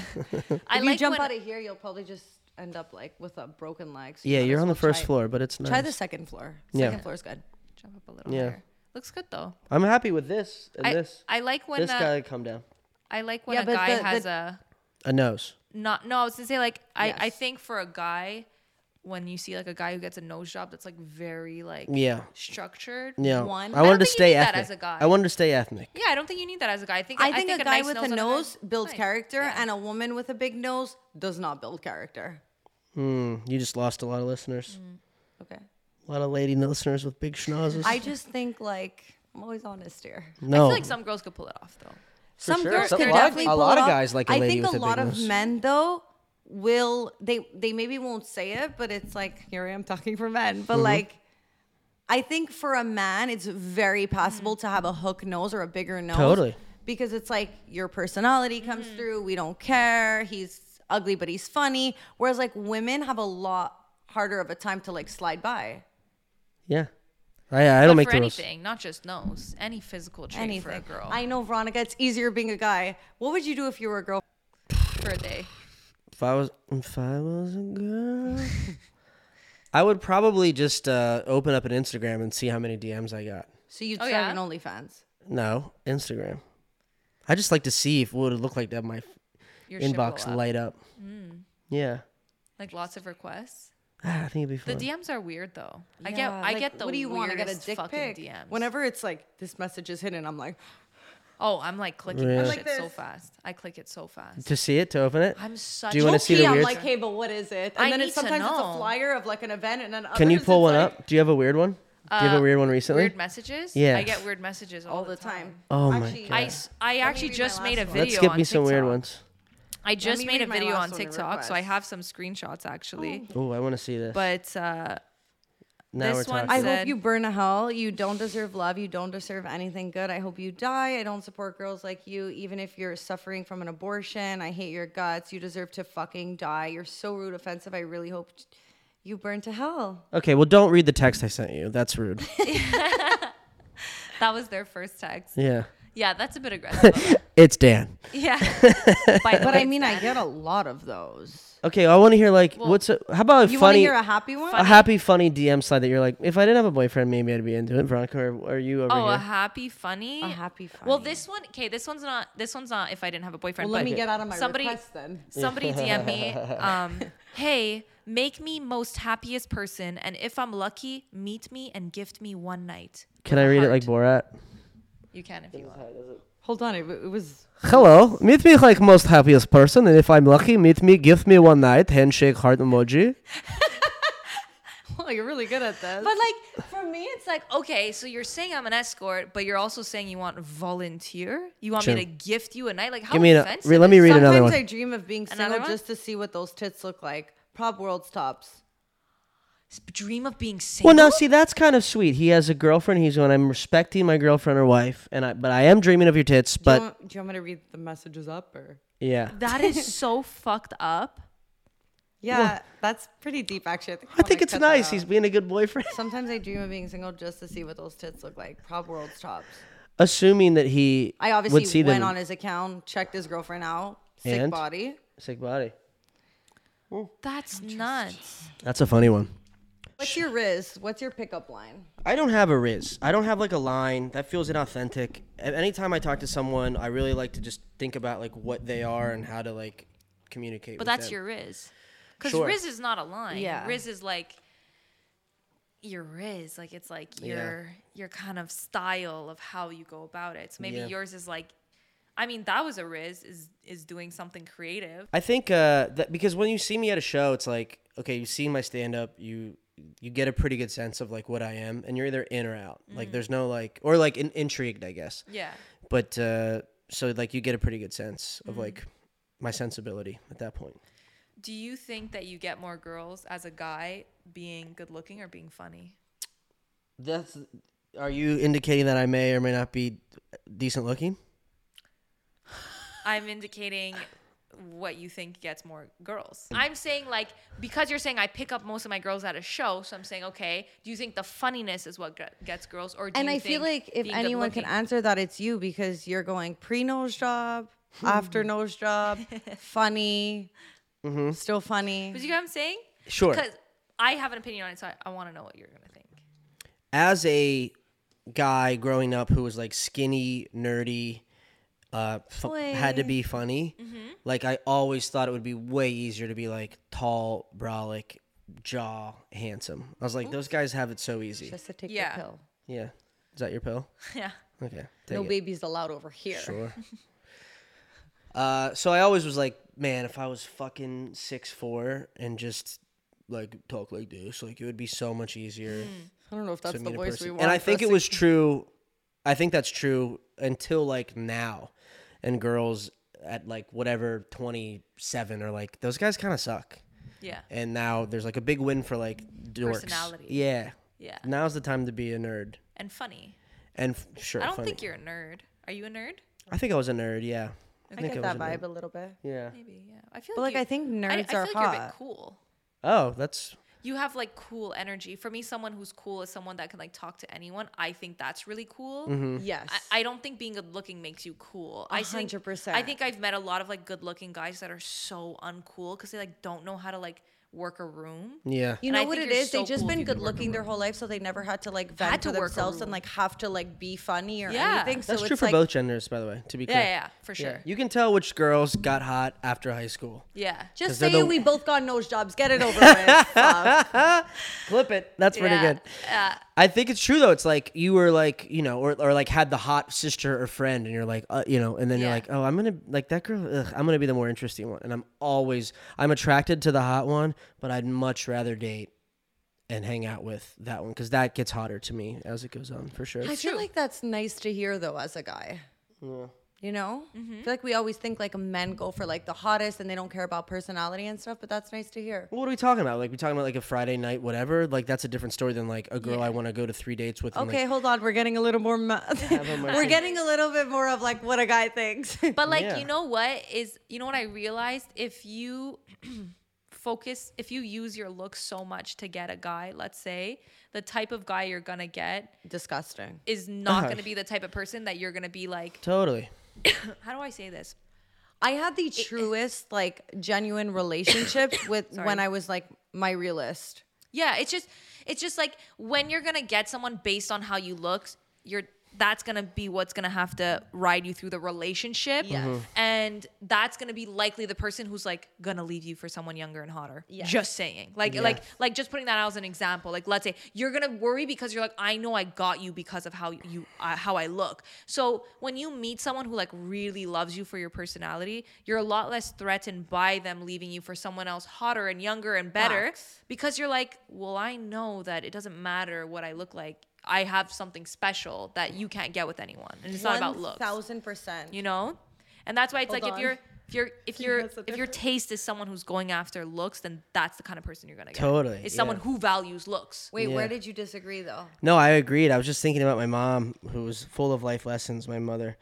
I like if you jump when- out of here, you'll probably just end up like with a broken leg. so you Yeah, might you're as on the well first try- floor, but it's nice. Try the second floor. Yeah. Second floor is good. jump up a little. Yeah. higher. looks good though. I'm happy with this and I, this. I like when this uh, guy come down. I like when Yeah, a but guy the- has the- a A nose. not no i was gonna say like I, I Yes. think for a guy when you see like a guy who gets a nose job that's like very like Yeah. structured Yeah. One. I I don't wanted to think you stay need that ethnic. as a guy. I wanted to stay ethnic. yeah i don't think you need that as a guy i think I think a, guy nice with a on nose man- builds nice. character, Yeah. and a woman with a big nose does not build character. Hmm, You just lost a lot of listeners. Mm. Okay. A lot of lady listeners with big schnozzes. I just think like I'm always honest here. i no. feel like some girls could pull it off though Some sure. girls Some- can a lot of- definitely a pull lot it of off. guys like a I lady think with a a lot big of nose. men though will they they maybe won't say it, but it's like here I am talking for men, Mm-hmm. but like. I think for a man, it's very possible to have a hook nose or a bigger nose. Totally. Because it's like your personality comes Mm-hmm. through. We don't care. He's ugly, but he's funny. Whereas like women have a lot harder of a time to like slide by. yeah. I, I don't But make for the rules. anything not just nose any physical trait Anything. for a girl I know, Veronica. It's easier being a guy. What would you do if you were a girl? for a day If I was, if I was a girl, I would probably just uh, open up an Instagram and see how many DMs I got. So you'd Oh, start yeah? an OnlyFans. No, Instagram. I just like to see if what it look like to have my your shit inbox blow up. Mm. light up. Yeah, like lots of requests ah, I think it'd be the fun. DMs are weird though. I get I Like, get the What do you want? I got a weirdest dick fucking pic. DMs. Whenever it's like this message is hidden, I'm like, oh, I'm like clicking Yeah. that I'm like shit so this. fast. I click it so fast. to see it, to open it. I'm such. Do you wanna a see the "Gee," weird- I'm weird- like, hey, but what is it? And I then need it's to sometimes it's know. a flyer of like an event, and then Can you others pull it's one like, up? Do you have a weird one? Do you have a weird one recently? Uh, Weird messages. Yeah. I get weird messages all, all the time? Oh my Actually, God. I, s- I actually read my just made a last one. video. Let's skip on me some weird TikTok. ones. I just me made a read my video on last one, the TikTok, so I request. have some screenshots actually. Oh, I want to see this. But uh, now this we're one talking. I said- hope you burn to hell. You don't deserve love. You don't deserve anything good. I hope you die. I don't support girls like you, even if you're suffering from an abortion. I hate your guts. You deserve to fucking die. You're so rude, offensive. I really hope t- you burn to hell. okay, well, don't read the text I sent you. That's rude. that was their first text. yeah, Yeah, that's a bit aggressive. it's Dan. yeah. oh, By the But way, I mean, it's I that. get a lot of those. Okay, I want to hear like what's a, how about a You want funny to hear a happy one? a happy funny DM slide that you're like, if I didn't have a boyfriend, maybe I'd be into it. Veronica, or are you over Oh, a here? happy funny. A happy Well, funny. this one. Okay, this one's not. This one's not. If I didn't have a boyfriend, Well, let but me get out of my somebody- request then. somebody DM me, um, hey, make me most happiest person, and if I'm lucky, meet me and gift me one night. Can I read it like Borat? You can if you want. Hold on, it, it was. Hello, meet me like most happiest person, and if I'm lucky, meet me, give me one night, handshake, heart emoji. Well, you're really good at this. But like for me, it's like okay, so you're saying I'm an escort, but you're also saying you want volunteer. You want Sure. me to gift you a night? Like how Give me an, uh, offensive? re- let me is- read Sometimes another one. I dream of being Another single one? just to see what those tits look like. Prop world's tops. Dream of being Well, single. now see, that's kind of sweet. He has a girlfriend. He's going. I'm respecting my girlfriend or wife, and I, but I am dreaming of your tits. Do you, But want, do you want me to read the messages up or? yeah, that is so fucked up. Yeah, that's pretty deep actually. I think, I think it's nice. He's being a good boyfriend, Sometimes I dream of being single just to see what those tits look like. Prop world's tops. assuming that he I obviously would see went them. on his account, checked his girlfriend out. Sick And? body. Sick body. That's nuts. That's a funny one. What's your riz? What's your pickup line? I don't have a riz. I don't have like a line that feels inauthentic. A- Anytime I talk to someone, I really like to just think about like what they are and how to like communicate. But with that's them. your Riz. Because Sure. Riz is not a line. Yeah. Riz is like your Riz. Like it's like Yeah. your your kind of style of how you go about it. So maybe Yeah. yours is like I mean, that was a Riz is is doing something creative. I think uh, that because when you see me at a show, it's like okay, you see my stand up, you you get a pretty good sense of like what I am, and you're either in or out. Like there's no like or like in- intrigued, I guess. Yeah. But uh, so like you get a pretty good sense of like my sensibility at that point. Do you think that you get more girls as a guy being good looking or being funny? That's are you indicating that I may or may not be decent looking? I'm indicating what you think gets more girls. I'm saying like because you're saying I pick up most of my girls at a show, so I'm saying okay, do you think the funniness is what ge- gets girls, or do And you I feel think like if being anyone can good-looking- answer that, it's you because you're going pre nose job, Hmm. after nose job, funny, Mm-hmm. still funny. But you get what I'm saying? Sure. Because I have an opinion on it, so I, I want to know what you're gonna think. as a guy growing up who was like skinny, nerdy, uh, fu- had to be funny, Mm-hmm. like I always thought it would be way easier to be like tall, brolic, jaw, handsome. I was like, those guys have it so easy. Just to take Yeah. the pill. yeah. Is that your pill? Yeah. Okay. take No it. babies allowed over here. Sure. uh, so I always was like, man, if I was fucking six four and just like talk like this, like it would be so much easier. I don't know if to that's the meet a voice person. we want. and I for think a it was true. I think that's true until like now, and girls at like whatever twenty seven are like those guys kind of suck. Yeah. And now there's like a big win for like dorks. Personality. Yeah. Yeah. Now's the time to be a nerd. And funny. And f- sure, I don't funny. think you're a nerd. Are you a nerd? I think I was a nerd. Yeah. I get was that a nerd. vibe a little bit. Yeah. Maybe. Yeah. I feel But like you- I think nerds I, I are feel like You're a hot. bit cool. Oh, that's You have like cool energy. For me, someone who's cool is someone that can like talk to anyone. I think that's really cool. Mm. Yes. I, I don't think being good looking makes you cool. I think- 100%. I think I've met a lot of like good looking guys that are so uncool because they like don't know how to like work a room. yeah. you and know I what think it you're is? so They've just cool if been you can good looking their whole life, so they never had to like vent Had to, to work themselves and around. like have to like be funny or Yeah. anything. That's so true it's for like, both genders, by the way. To be Yeah, clear. yeah, yeah, for sure. Yeah. You can tell which girls got hot after high school. Just 'Cause they're say the- we both got nose jobs. Get it over with. Fuck. Clip it. That's pretty Yeah, good. I think it's true though. It's like you were like you know, or, or like had the hot sister or friend, and you're like uh, you know, and then you're Yeah. like, oh, I'm gonna like that girl. Ugh, I'm gonna be the more interesting one, and I'm always I'm attracted to the hot one, but I'd much rather date and hang out with that one because that gets hotter to me as it goes on for sure. I feel true. like that's nice to hear though as a guy. You know? Mm-hmm. I feel like we always think like men go for like the hottest and they don't care about personality and stuff, but that's nice to hear. What are we talking about? Like we talking about like a Friday night, whatever. Like that's a different story than like a girl I want to go to three dates with. and, Okay, like, hold on. We're getting a little more. Ma- we're getting a little bit more of like what a guy thinks. But like, Yeah. you know what is? You know what I realized? If you focus, if you use your looks so much to get a guy, let's say the type of guy you're gonna get Disgusting. is not gonna be the type of person that you're gonna be like. totally. How do I say this? I had the truest, like, genuine relationship with when I was like my realist. Yeah, it's just it's just like when you're gonna get someone based on how you look, you're that's gonna be what's gonna have to ride you through the relationship. Yes. Mhm. And that's gonna be likely the person who's like gonna leave you for someone younger and hotter. Yes. Just saying. Like like like just putting that out as an example. Like let's say you're gonna worry because you're like, I know I got you because of how you uh, how I look. So when you meet someone who like really loves you for your personality, you're a lot less threatened by them leaving you for someone else hotter and younger and better Facts. because you're like, well, I know that it doesn't matter what I look like. I have something special that you can't get with anyone, and it's not about looks, Thousand percent. you know. And that's why it's Hold like on. if you're if you're if you're that's the if your taste is someone who's going after looks, then that's the kind of person you're gonna get. Totally, it's someone yeah. who values looks. Wait, Yeah. where did you disagree though? No, I agreed. I was just thinking about my mom, who was full of life lessons, my mother.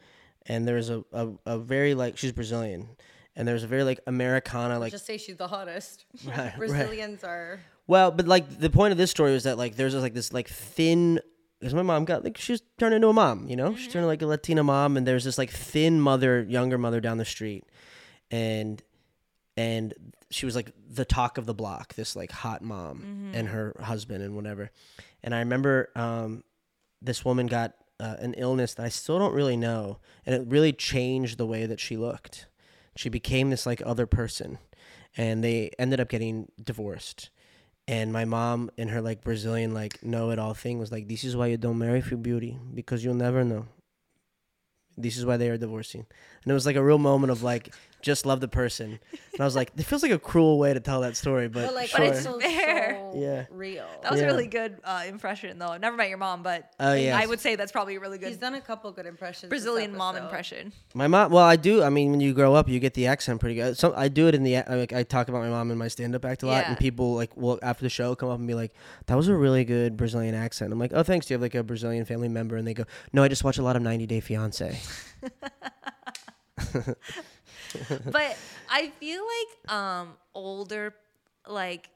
And there was a, a, a very like she's Brazilian. And there was a very like Americana like Just say she's the hottest. Right, right. Brazilians are. Well, but like the point of this story was that like there's this, like this like thin because my mom got like she was turned into a mom, you know? She turned like a Latina mom and there's this like thin mother, younger mother down the street. And and she was like the talk of the block, this like hot mom and her husband and whatever. And I remember um this woman got uh, an illness that I still don't really know, and it really changed the way that she looked. She became this like other person, and they ended up getting divorced. And my mom, in her like Brazilian like know-it-all thing, was like, "This is why you don't marry for beauty because you'll never know." This is why they are divorcing, and it was like a real moment of like, just love the person. And I was like, it feels like a cruel way to tell that story, but, But like, sure. but it's Sure. so, Fair. so Yeah. real. That was Yeah. a really good uh, impression, though. Never met your mom, but Oh, yes. I would say that's probably a really He's good done a couple good impressions. this Brazilian mom episode. impression. My mom. Well, I do. I mean, when you grow up, you get the accent pretty good. So I do it in the. I, like, I talk about my mom in my stand-up act a lot, Yeah. and people like will after the show come up and be like, "That was a really good Brazilian accent." I'm like, "Oh, thanks." Do you have like a Brazilian family member? And they go, "No, I just watch a lot of 90 Day Fiance." but I feel like um older like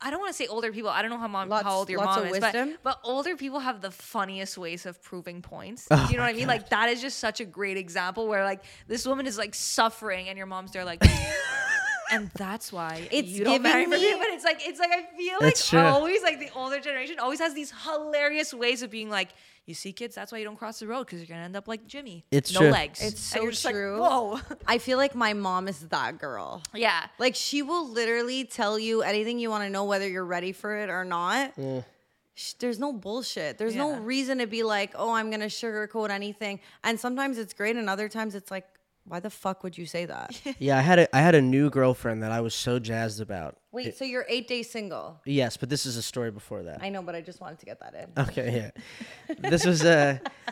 I don't want to say older people. I don't know how mom Lots- how old your lots mom of is, wisdom. but but older people have the funniest ways of proving points. Oh Do you know what I mean? Like that is just such a great example where like this woman is like suffering and your mom's there like And that's why It's you don't marry giving for me. me- But it's like it's like I feel like That's true. always like the older generation always has these hilarious ways of being like, you see, kids, that's why you don't cross the road because you're gonna end up like Jimmy. It's no true. legs. It's And so you're just like, true. Whoa. I feel like my mom is that girl. yeah. Like she will literally tell you anything you want to know, whether you're ready for it or not. Sh- There's no bullshit. There's no Yeah. reason to be like, oh, I'm gonna sugarcoat anything. And sometimes it's great, and other times it's like, why the fuck would you say that? Yeah, I had a I had a new girlfriend that I was so jazzed about. Wait, so you're eight days single? Yes, but this is a story before that. I know, but I just wanted to get that in. okay, yeah. this was uh, a. Because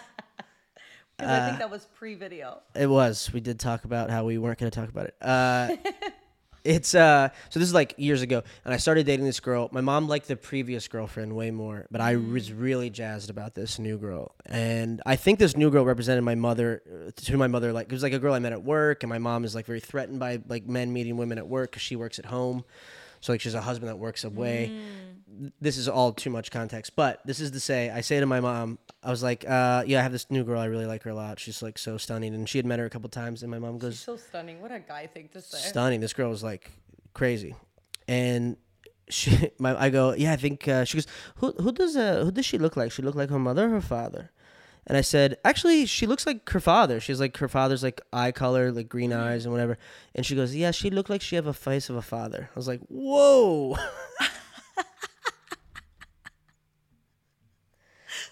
I Uh, think that was pre-video. It was. We did talk about how we weren't going to talk about it. Uh, it's uh. So this is like years ago, and I started dating this girl. My mom liked the previous girlfriend way more, but I was really jazzed about this new girl, and I think this new girl represented my mother uh, to my mother. Like it was like a girl I met at work, and my mom is like very threatened by like men meeting women at work because she works at home. So like she's a husband that works away. This is all too much context, but this is to say, I say to my mom, I was like, uh, yeah, I have this new girl. I really like her a lot. She's like so stunning, and she had met her a couple times. And my mom goes, So stunning. What a guy thing to say. stunning. This girl was like crazy, and she, my, I go, yeah, I think uh, she goes, who, who does, uh, who does she look like? She look like her mother or her father? And I said, actually, she looks like her father. She's like her father's like eye color, like green eyes and whatever. And she goes, yeah, she looked like she have a face of a father. I was like, whoa.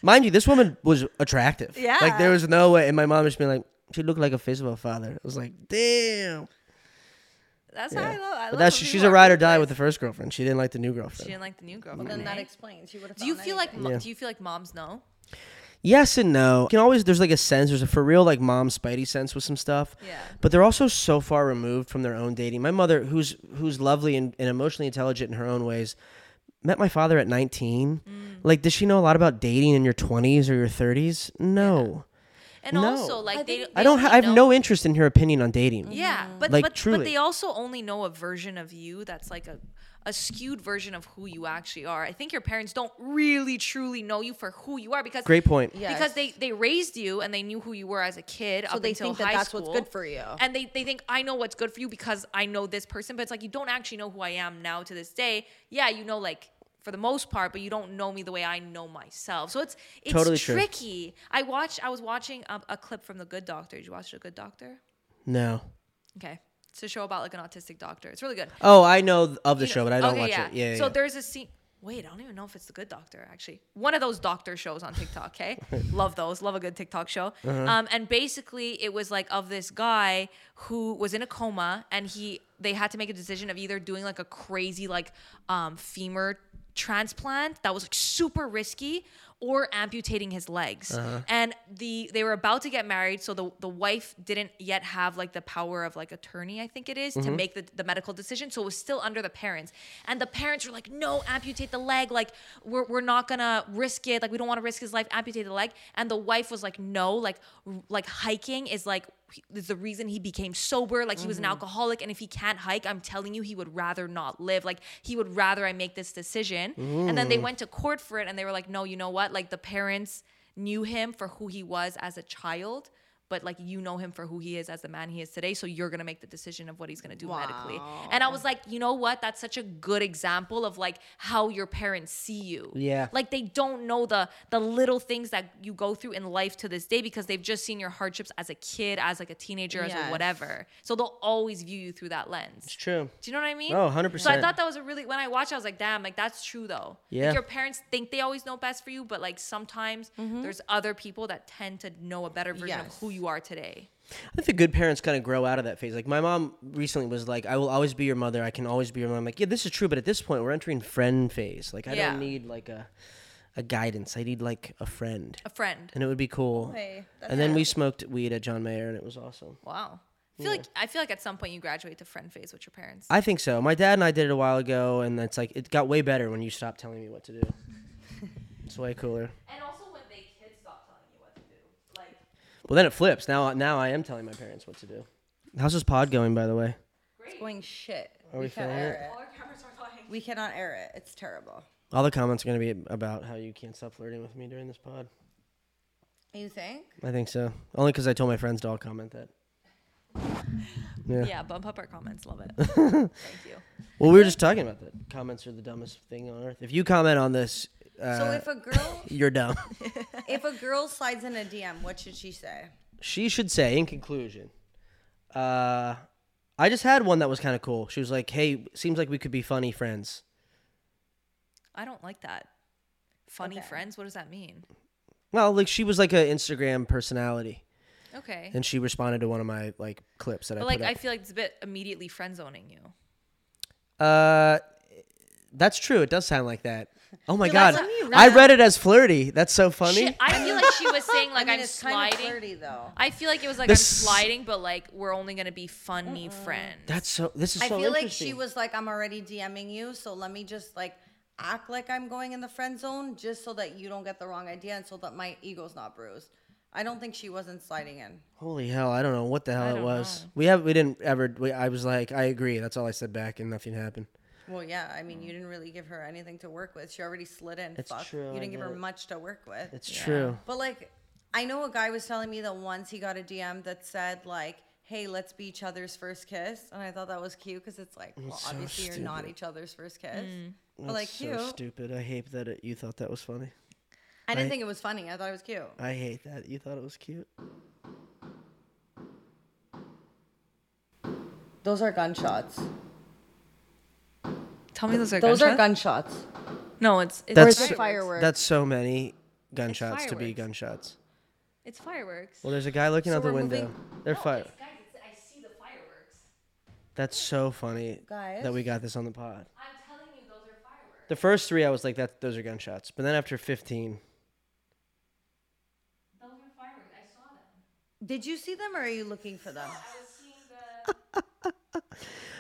Mind you, this woman was attractive. Yeah. Like there was no way. And my mom was being like, she looked like a face of a father. I was like, damn. That's Yeah. how I love. I but love that's when she's people a are ride or die confident. with the first girlfriend. She didn't like the new She girlfriend. didn't like the new girl. Then that explains. You would have. do you feel like mo- Yeah. do you feel like moms know? yes and no. You can always there's like a sense there's a for real like mom spidey sense with some stuff. Yeah. But they're also so far removed from their own dating. My mother, who's who's lovely and, and emotionally intelligent in her own ways, met my father at 19. Mm. Like, does she know a lot about dating in your 20s or your 30s? No. And No. also like I they, think- they I don't. only Ha- I have know- no interest in her opinion on dating. Yeah, but Like, but, truly. but they also only know a version of you that's like a a skewed version of who you actually are. I think your parents don't really truly know you for who you are because Great point. Yeah. because they they raised you and they knew who you were as a kid. So up they until think that high that's what's school. good for you. and they they think I know what's good for you because I know this person. But it's like you don't actually know who I am now to this day. Yeah, you know like. For the most part, but you don't know me the way I know myself, so it's it's Totally true. tricky. I watched I was watching a, a clip from The Good Doctor. Did you watch The Good Doctor? No. Okay. It's a show about like an autistic doctor. It's really good. Oh, I know of the You show, know- but I don't okay, watch it. Yeah. So yeah. there's a scene. Wait, I don't even know if it's the Good Doctor actually. One of those doctor shows on TikTok. Okay, love those. Love a good TikTok show. Uh-huh. Um, and basically, it was like of this guy who was in a coma, and he they had to make a decision of either doing like a crazy like um, femur transplant that was like super risky or amputating his legs and the they were about to get married so the the wife didn't yet have like the power of like attorney i think it is, to make the, the medical decision so it was still under the parents and the parents were like no amputate the leg like we're, we're not gonna risk it like we don't want to risk his life amputate the leg and the wife was like no like r- like hiking is like is the reason he became sober like he was an alcoholic and if he can't hike i'm telling you he would rather not live like he would rather i make this decision and then they went to court for it and they were like no you know what like the parents knew him for who he was as a child but like you know him for who he is as the man he is today so you're going to make the decision of what he's going to do medically and i was like you know what that's such a good example of like how your parents see you Yeah. like they don't know the the little things that you go through in life to this day because they've just seen your hardships as a kid as like a teenager as Yes. a whatever so they'll always view you through that lens it's true. do you know what I mean? Oh, 100%. So I thought that was a really when I watched, I was like, damn, like that's true though. Yeah. Like, your parents think they always know best for you, but like sometimes there's other people that tend to know a better version of Mm-hmm. Yes. who you are today. I think the good parents kind of grow out of that phase. Like my mom recently was like, "I will always be your mother. I can always be your mom." I'm like, yeah, this is true, but at this point, we're entering friend phase. Like I Yeah. don't need like a a guidance. I need like a friend, A friend. and it would be cool. Okay, that's and then we smoked weed at John Mayer, and it was awesome. Wow. I feel like I feel like at some point you graduate to friend phase with your parents. I think so. My dad and I did it a while ago, and it's like it got way better when you stopped telling me what to do. it's way cooler. and also when they kids stop telling you what to do. Like Well, then it flips. Now, now I am telling my parents what to do. How's this pod going, by the way? It's going shit. we can't filming air it? it. We cannot air it. It's terrible. All the comments are going to be about how you can't stop flirting with me during this pod. You think? I think so. Only because I told my friends to all comment that. Yeah. Yeah, bump up our comments. Love it. Thank you. Well, we were just talking about that. Comments are the dumbest thing on earth. If you comment on this, uh, So if a girl you're dumb. if a girl slides in a DM, what should she say? she should say in conclusion uh i just had one that was kind of cool she was like hey seems like we could be funny friends I don't like that. Funny friends? What does that mean? well like she was like an instagram personality Okay. and she responded to one of my like clips that But i like, put I up. feel like it's a bit immediately friend zoning you. uh that's true it does sound like that oh my Dude, god that's what I mean, i right? read it as flirty that's so funny Shit, I feel like she was saying like I I mean, am it's kind of sliding. flirty though. I feel like it was like This- I'm sliding, but like we're only gonna be funny friends. that's so this is I so feel like interesting she was like, I'm already DMing you, so let me just like act like I'm going in the friend zone just so that you don't get the wrong idea and so that my ego's not bruised. I don't think she wasn't sliding in. holy hell i don't know what the hell it don't was we have we didn't ever we, i was like i agree that's all i said back and nothing happened Well, yeah, I mean, you didn't really give her anything to work with. She already slid in. Mm. It's fuck. true, You I didn't give get her it. much to work with. it's true But like, I know a guy was telling me that once he got a DM that said like, "Hey, let's be each other's first kiss," and I thought that was cute because it's like, well, so obviously you're not stupid. each other's first kiss, but That's like so cute. stupid. I hate that it, you thought that was funny. I didn't I- think it was funny. I thought it was cute. I hate that you thought it was cute. Those are gunshots. Tell me those are Those are gunshots? gunshots. No, it's it's That's It's fireworks. that's so many gunshots to be fireworks. gunshots. It's fireworks. Well, there's a guy looking So out the we're window. They're fire. Guys, I see the fireworks. That's so funny that Guys? we got this on the pod. I'm telling you, those are fireworks. The first three, I was like, that those are gunshots. But then after 15, Those are fireworks. I saw them. Did you see them or are you looking for them?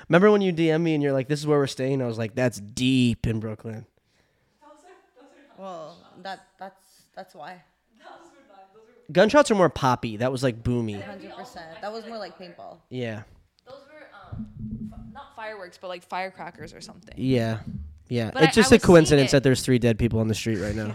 remember when you DM me and you're like, this is where we're staying? I was like, that's deep in Brooklyn. Well, that that's that's why. Gunshots are more poppy. That was like boomy. 100%. That was more like paintball. Yeah, Those were um, f- not fireworks, but like firecrackers or something. yeah, yeah. But I- I it's just was a seeing coincidence it. that there's three dead people on the street right now.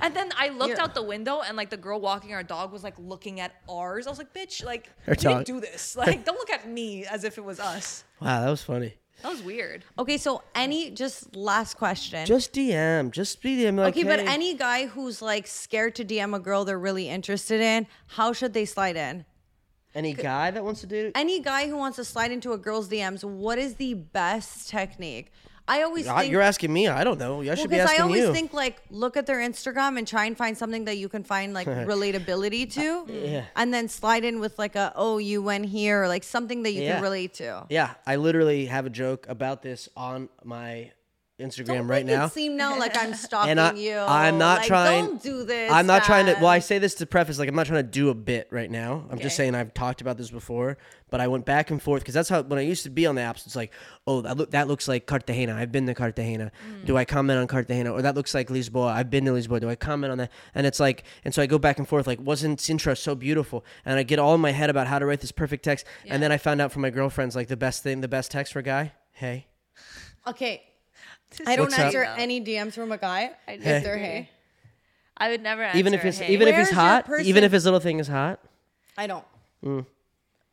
And then I looked You're- out the window, and like the girl walking our dog was like looking at ours. I was like, "Bitch, like Her we dog. didn't do this. Like, don't look at me as if it was us." Wow, that was funny. That was weird. Okay, so any just last question. Just DM. Just be DM. Like, okay, but "Hey." any guy who's like scared to DM a girl they're really interested in, how should they slide in? any guy that wants to do. Any guy who wants to slide into a girl's DMs, what is the best technique? I always I, think Ah, you're asking me. I don't know. I should be because I asking always you. think like look at their Instagram and try and find something that you can find like relatability Uh, to, and then slide in with like a oh you went here or like something that you Yeah. can relate to. yeah, I literally have a joke about this on my Instagram Don't right make now. it seem now like I'm stalking and I, you. I'm not Like, trying. Don't do this. I'm not trying to. Well, I man. say this to preface, like I'm not trying to do a bit right now. I'm just saying I've talked about this before, but I went back and forth because that's how when I used to be on the apps. It's like, oh, that look that looks like Cartagena. I've been to Cartagena. Hmm. Do I comment on Cartagena? Or that looks like Lisboa. I've been to Lisboa. Do I comment on that? And it's like, and so I go back and forth. Like, wasn't Sintra so beautiful? And I get all in my head about how to write this perfect text. And then I found out from my girlfriends like the best thing, the best text for a guy. Hey, Okay. I don't What's up? answer any DMs from a guy. I Hey. just they're hey. I would never answer. even if it's hey. even if Where's he's your hot, even person- if his little thing is hot. I don't. Hmm.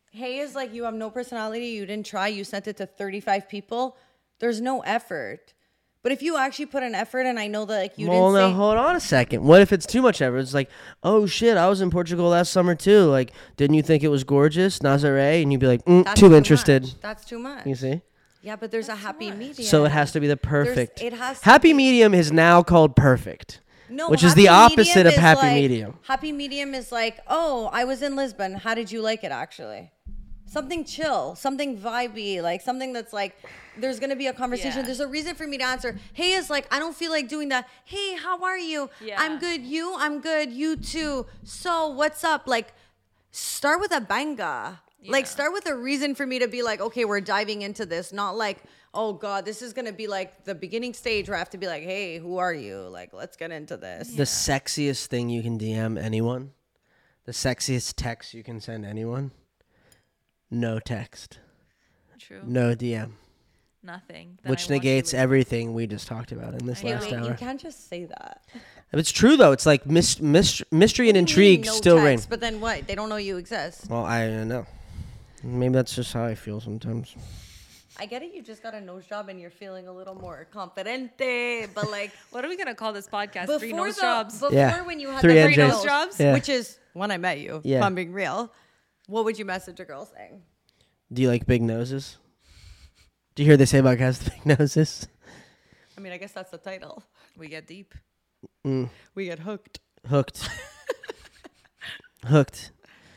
Hey is like you have no personality. You didn't try. You sent it to 35 people. There's no effort. But if you actually put an effort, and I know that like you well, now didn't say, hold on a second. What if it's too much effort? It's like, oh shit, I was in Portugal last summer too. Like, didn't you think it was gorgeous, Nazaré? And you'd be like, mm, That's too, interested. much. That's too much. You see? Yeah, but there's a happy medium. So it has to be the perfect. it has to happy medium is now called perfect. No, which is happy the opposite medium of is happy like- medium. Happy medium is like, oh, I was in Lisbon. How did you like it actually? Something chill, something vibey, like something that's like, there's gonna be a conversation. Yeah. There's a reason for me to answer. Hey is like, I don't feel like doing that. Hey, how are you? Yeah. I'm good. You? I'm good. You too. So what's up? Like, start with a banga. Like, start with a reason for me to be like, okay, we're diving into this. Not like, oh God, this is gonna be like the beginning stage where I have to be like, hey, who are you? Like, let's get into this. The sexiest thing you can DM anyone the sexiest text you can send anyone? No text, True. no DM, Nothing. Then I which want you negates with- everything we just talked about in this I know. last Wait, hour. can't just say that. It's true though. It's like mys- mys- mystery and intrigue still reign. But then what? They don't know you exist. Well, I don't know. Maybe that's just how I feel sometimes. I get it. You just got a nose job and you're feeling a little more confidente. But like What are we gonna call this podcast? Three before nose the, jobs. before Yeah. when you had Three the end three jobs. nose Jobs? jobs, Yeah. which is when I met you. Yeah. If I'm being real, what would you message a girl saying? Do you like big noses? Do you hear they say about guys with big noses? I mean, I guess that's the title. we get deep. Mm. We get hooked. Hooked. Hooked.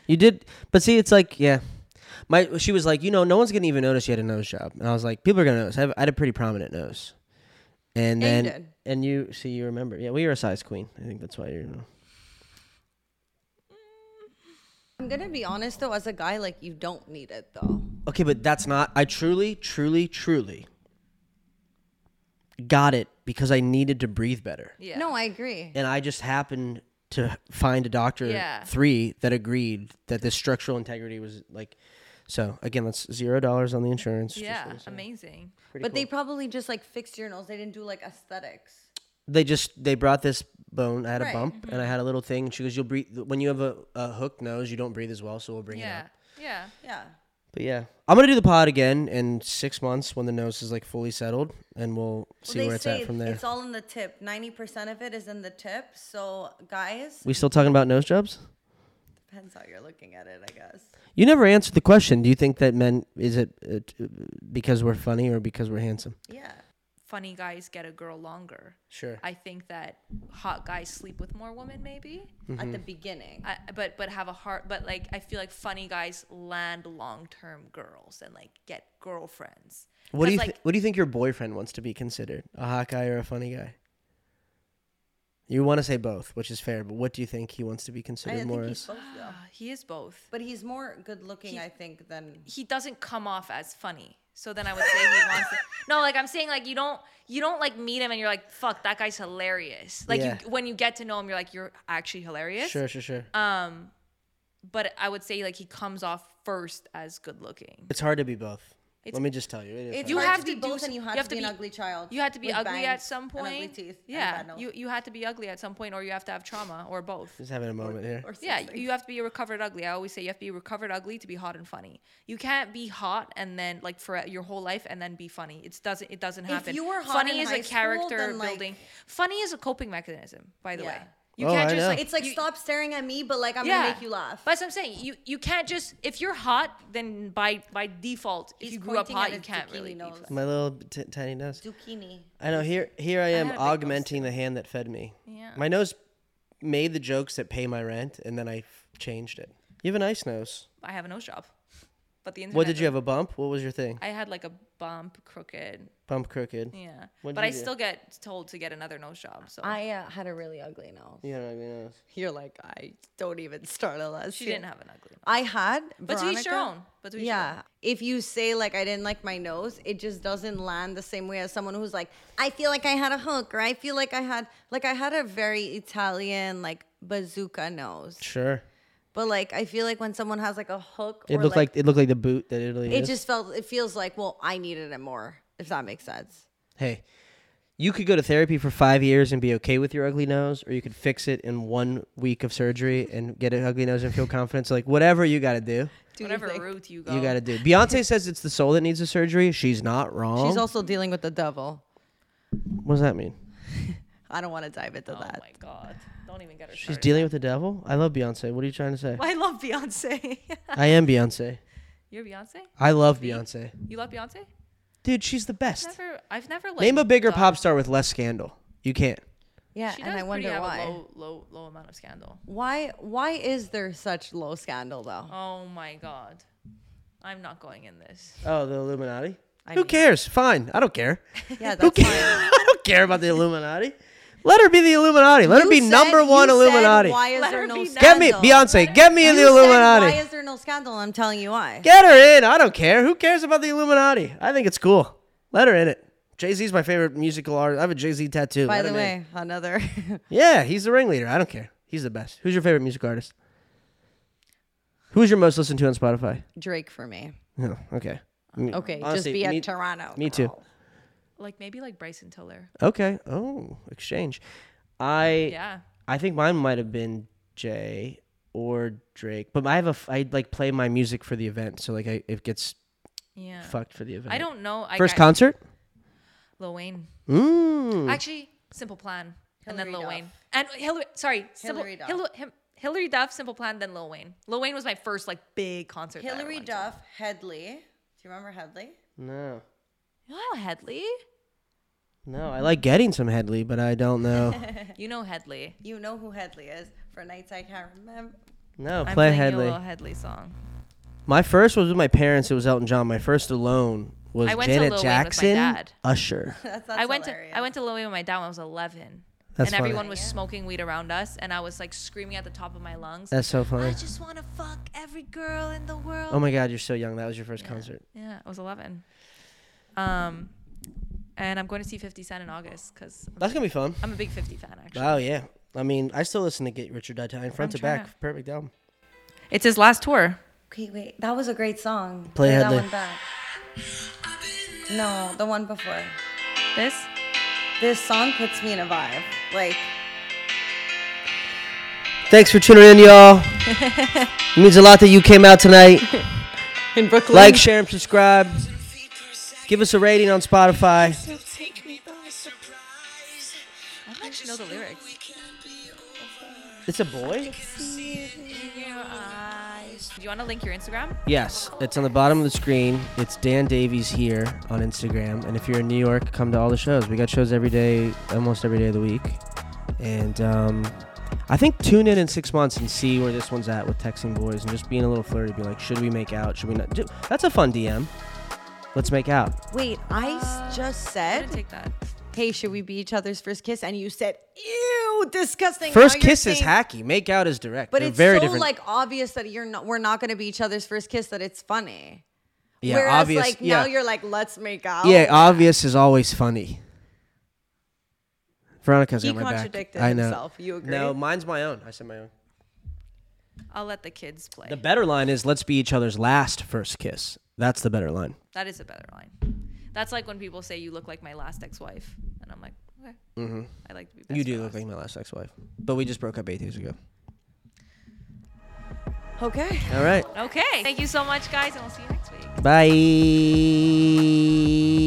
You did, but see, it's like yeah. My she was like, you know, no one's gonna even notice you had a nose job, and I was like, people are gonna notice. I, have, I had a pretty prominent nose, and Yeah, you then did. and you see, you remember, yeah, we were a size queen. I think that's why you're. You know. I'm gonna be honest though, as a guy, like you don't need it though. Okay, but that's not. I truly, truly, truly got it because I needed to breathe better. Yeah. No, I agree. And I just happened to find a doctor Yeah. three that agreed that this structural integrity was like. So again, that's zero dollars on the insurance. just Yeah. wanna say. Amazing. but they probably just like fixed your nose. They didn't do like aesthetics. they just they brought this bone. I had a Right. bump and Mm-hmm. I had a little thing. She goes, "You'll breathe when you have a, a hooked nose. You don't breathe as well, so we'll bring it Yeah. up." Yeah. Yeah. But yeah, I'm gonna do the pod again in six months when the nose is like fully settled, and we'll see where it's at from there. it's all in the tip. Ninety percent of it is in the tip. So guys, We still talking about nose jobs? depends how you're looking at it, I guess. You never answered the question. Do you think that men is it uh, t- because we're funny or because we're handsome? Yeah. Funny guys get a girl longer. Sure. I think that hot guys sleep with more women, maybe. Mm-hmm. At the beginning. I, but but have a heart. But like I feel like funny guys land long term girls and like get girlfriends. What do 'Cause, you thi- like? What do you think your boyfriend wants to be considered? A hot guy or a funny guy? You want to say both, which is fair. But what do you think he wants to be I considered think more he's as? both though. Ah, he is both. But he's more good looking, He- I think, than He doesn't come off as funny. So then I would say he wants. To, no, like I'm saying, like you don't you don't like meet him and you're like, fuck, that guy's hilarious. Like Yeah. you, when you get to know him, you're like, you're actually hilarious. Sure, sure, sure. Um, but I would say like he comes off first as good looking. it's hard to be both. Let me just tell you, it is It's hard. You hard have to to be do both, some- and you have, to be, an ugly child. You had to be with ugly at bangs some point. And ugly teeth. and a Yeah, bad nose. you you had to be ugly at some point, or you have to have trauma, or both. just having a moment here. Or something. Yeah, you have to be recovered ugly. I always say you have to be recovered ugly to be hot and funny. You can't be hot and then like for your whole life and then be funny. It doesn't it doesn't happen. you were hot funny in is high a school, character then, like- building. Funny is a coping mechanism, by the way. Yeah. You Oh, can't I just know. like It's like you- stop staring at me, but like I'm gonna make you laugh. But that's what I'm saying. You you can't just if you're hot, then by by default, if He's you grew up pointing at hot, you his can't zucchini really be nose. funny. My little t- tiny nose. Zucchini. I know. Here, here I am had a big nose, augmenting the hand that fed me. Yeah. My nose made the jokes that pay my rent, and then I f- changed it. You have a nice nose. I have a nose job. But the internet What did you have? A bump? What was your thing? I had like a bump, crooked. Bump crooked. Yeah. What'd but I you do? still get told to get another nose job. So I uh, had a really ugly nose. You had an ugly nose. You're like, I don't even start unless she you- didn't have an ugly nose. I had, But to each Veronica. your own. But to each your own. Yeah. If you say like I didn't like my nose, it just doesn't land the same way as someone who's like, I feel like I had a hook, or I feel like I had like I had a very Italian like bazooka nose. Sure. But like I feel like when someone has like a hook, It or, looked like, it looked like the boot that Italy. it is. just felt it feels like well I needed it more if that makes sense. Hey, you could go to therapy for five years and be okay with your ugly nose, or you could fix it in one week of surgery and get an ugly nose and feel confident. So like whatever you got to do, Whatever route you go. you got to do. Beyonce says it's the soul that needs the surgery. She's not wrong. She's also dealing with the devil. what does that mean? I don't want to dive into Oh that. my god. Don't even get her She's started. dealing with the devil. I love Beyonce. What are you trying to say? I love Beyonce. I am Beyonce. You're Beyonce? I love Beyonce. You love Beyonce? Dude, she's the best. Never I've never like Name a bigger done- pop star with less scandal. You can't. Yeah, She does and I pretty wonder have why. a low low low amount of scandal. Why why is there such low scandal though? Oh my god. I'm not going in this. Oh, the Illuminati? I Who mean- cares? Fine. I don't care. Who Yeah, that's cares? why. I don't care about the Illuminati. Let her be the Illuminati. Let her You be said- number you one said, Illuminati. Why is Let her there no be scandal? Get me, Beyonce, get me in the You said, why Illuminati. is there no scandal? I'm telling you why. Get her in. I don't care. Who cares about the Illuminati? I think it's cool. Let her in it. Jay Z's my favorite musical artist. I have a Jay Z tattoo. Let By the him in. way, another. Yeah, he's the ringleader. I don't care. He's the best. Who's your favorite musical artist? Who's your most listened to on Spotify? Drake for me. Yeah, okay. Me- Okay, just honestly, be at me- Toronto. me too. girl. Like maybe like Bryson Tiller. Okay. Oh, exchange. I Yeah. I think mine might have been Jay or Drake, but I have a f- I like play my music for the event, so like I, it gets Yeah. fucked for the event. I don't know. I First got concert? Lil Wayne. Mm. Actually, Simple Plan. and then Lil Hillary Duff. Wayne. And Hillary, sorry, Simple, Hillary Hillary Duff. Duff. Hillary Duff, Simple Plan, then Lil Wayne. Lil Wayne was my first like big concert. that I Hillary went to. Duff, Headley. Do you remember Headley? No. Oh, Headley. No, I like getting some Headley, but I don't know. You know Headley. You know who Headley is. For nights I can't remember. No, I'm play playing you a Headley. little Headley song. My first was with my parents. It was Elton John. My first alone was I went to Lil Wayne Janet with my Jackson, dad. Usher. That's, that's I went hilarious. to I went to Lil Wayne with my dad when I was 11. That's and everyone funny. was smoking weed around us, and I was like screaming at the top of my lungs. That's so I funny. just want to fuck every girl in the world. Oh my God, you're so young. That was your first concert. Yeah, I was 11. Um, and I'm going to see 50 Cent in August because That's gonna be fun. I'm a big 50 fan, actually. Oh yeah. I mean, I still listen to Get Rich or Die Trying front I'm to trying back. to- Perfect album. It's his last tour. Okay, wait. That was a great song. Play Play that Headley. one back. No, the one before. This? This song puts me in a vibe. Like, Thanks for tuning in, y'all. it means a lot that you came out tonight. in Brooklyn. Like, share, and subscribe. Give us a rating on Spotify. I don't actually know the lyrics. It's a boy. Do you want to link your Instagram? Yes, it's on the bottom of the screen. It's Dan Davies here on Instagram. And if you're in New York, come to all the shows. We got shows every day, almost every day of the week. And um, I think tune in in six months and see where this one's at with texting boys and just being a little flirty. Be like, should we make out? Should we not? Do that's a fun DM. Let's make out. Wait, I s- just I said, didn't take that. hey, should we be each other's first kiss? And you said, ew, disgusting. First Now you're kiss is saying- hacky. Make out is direct. But They're it's very so different. like obvious that you're not. We're not going to be each other's first kiss. That it's funny. yeah, Whereas, obvious. like yeah. now you're like, let's make out. Yeah, oh, obvious is always funny. Veronica's He got my back. contradicted I know. himself. You agree? No, mine's my own. I said my own. I'll let the kids play. The better line is let's be each other's last first kiss. That's the better line. that is a better line. That's like when people say you look like my last ex-wife, and I'm like, okay. I like to be. Best Mm-hmm. you do friends. look like my last ex-wife, but we just broke up eight days ago. Okay. All right, Okay. Thank you so much, guys, and we'll see you next week. bye.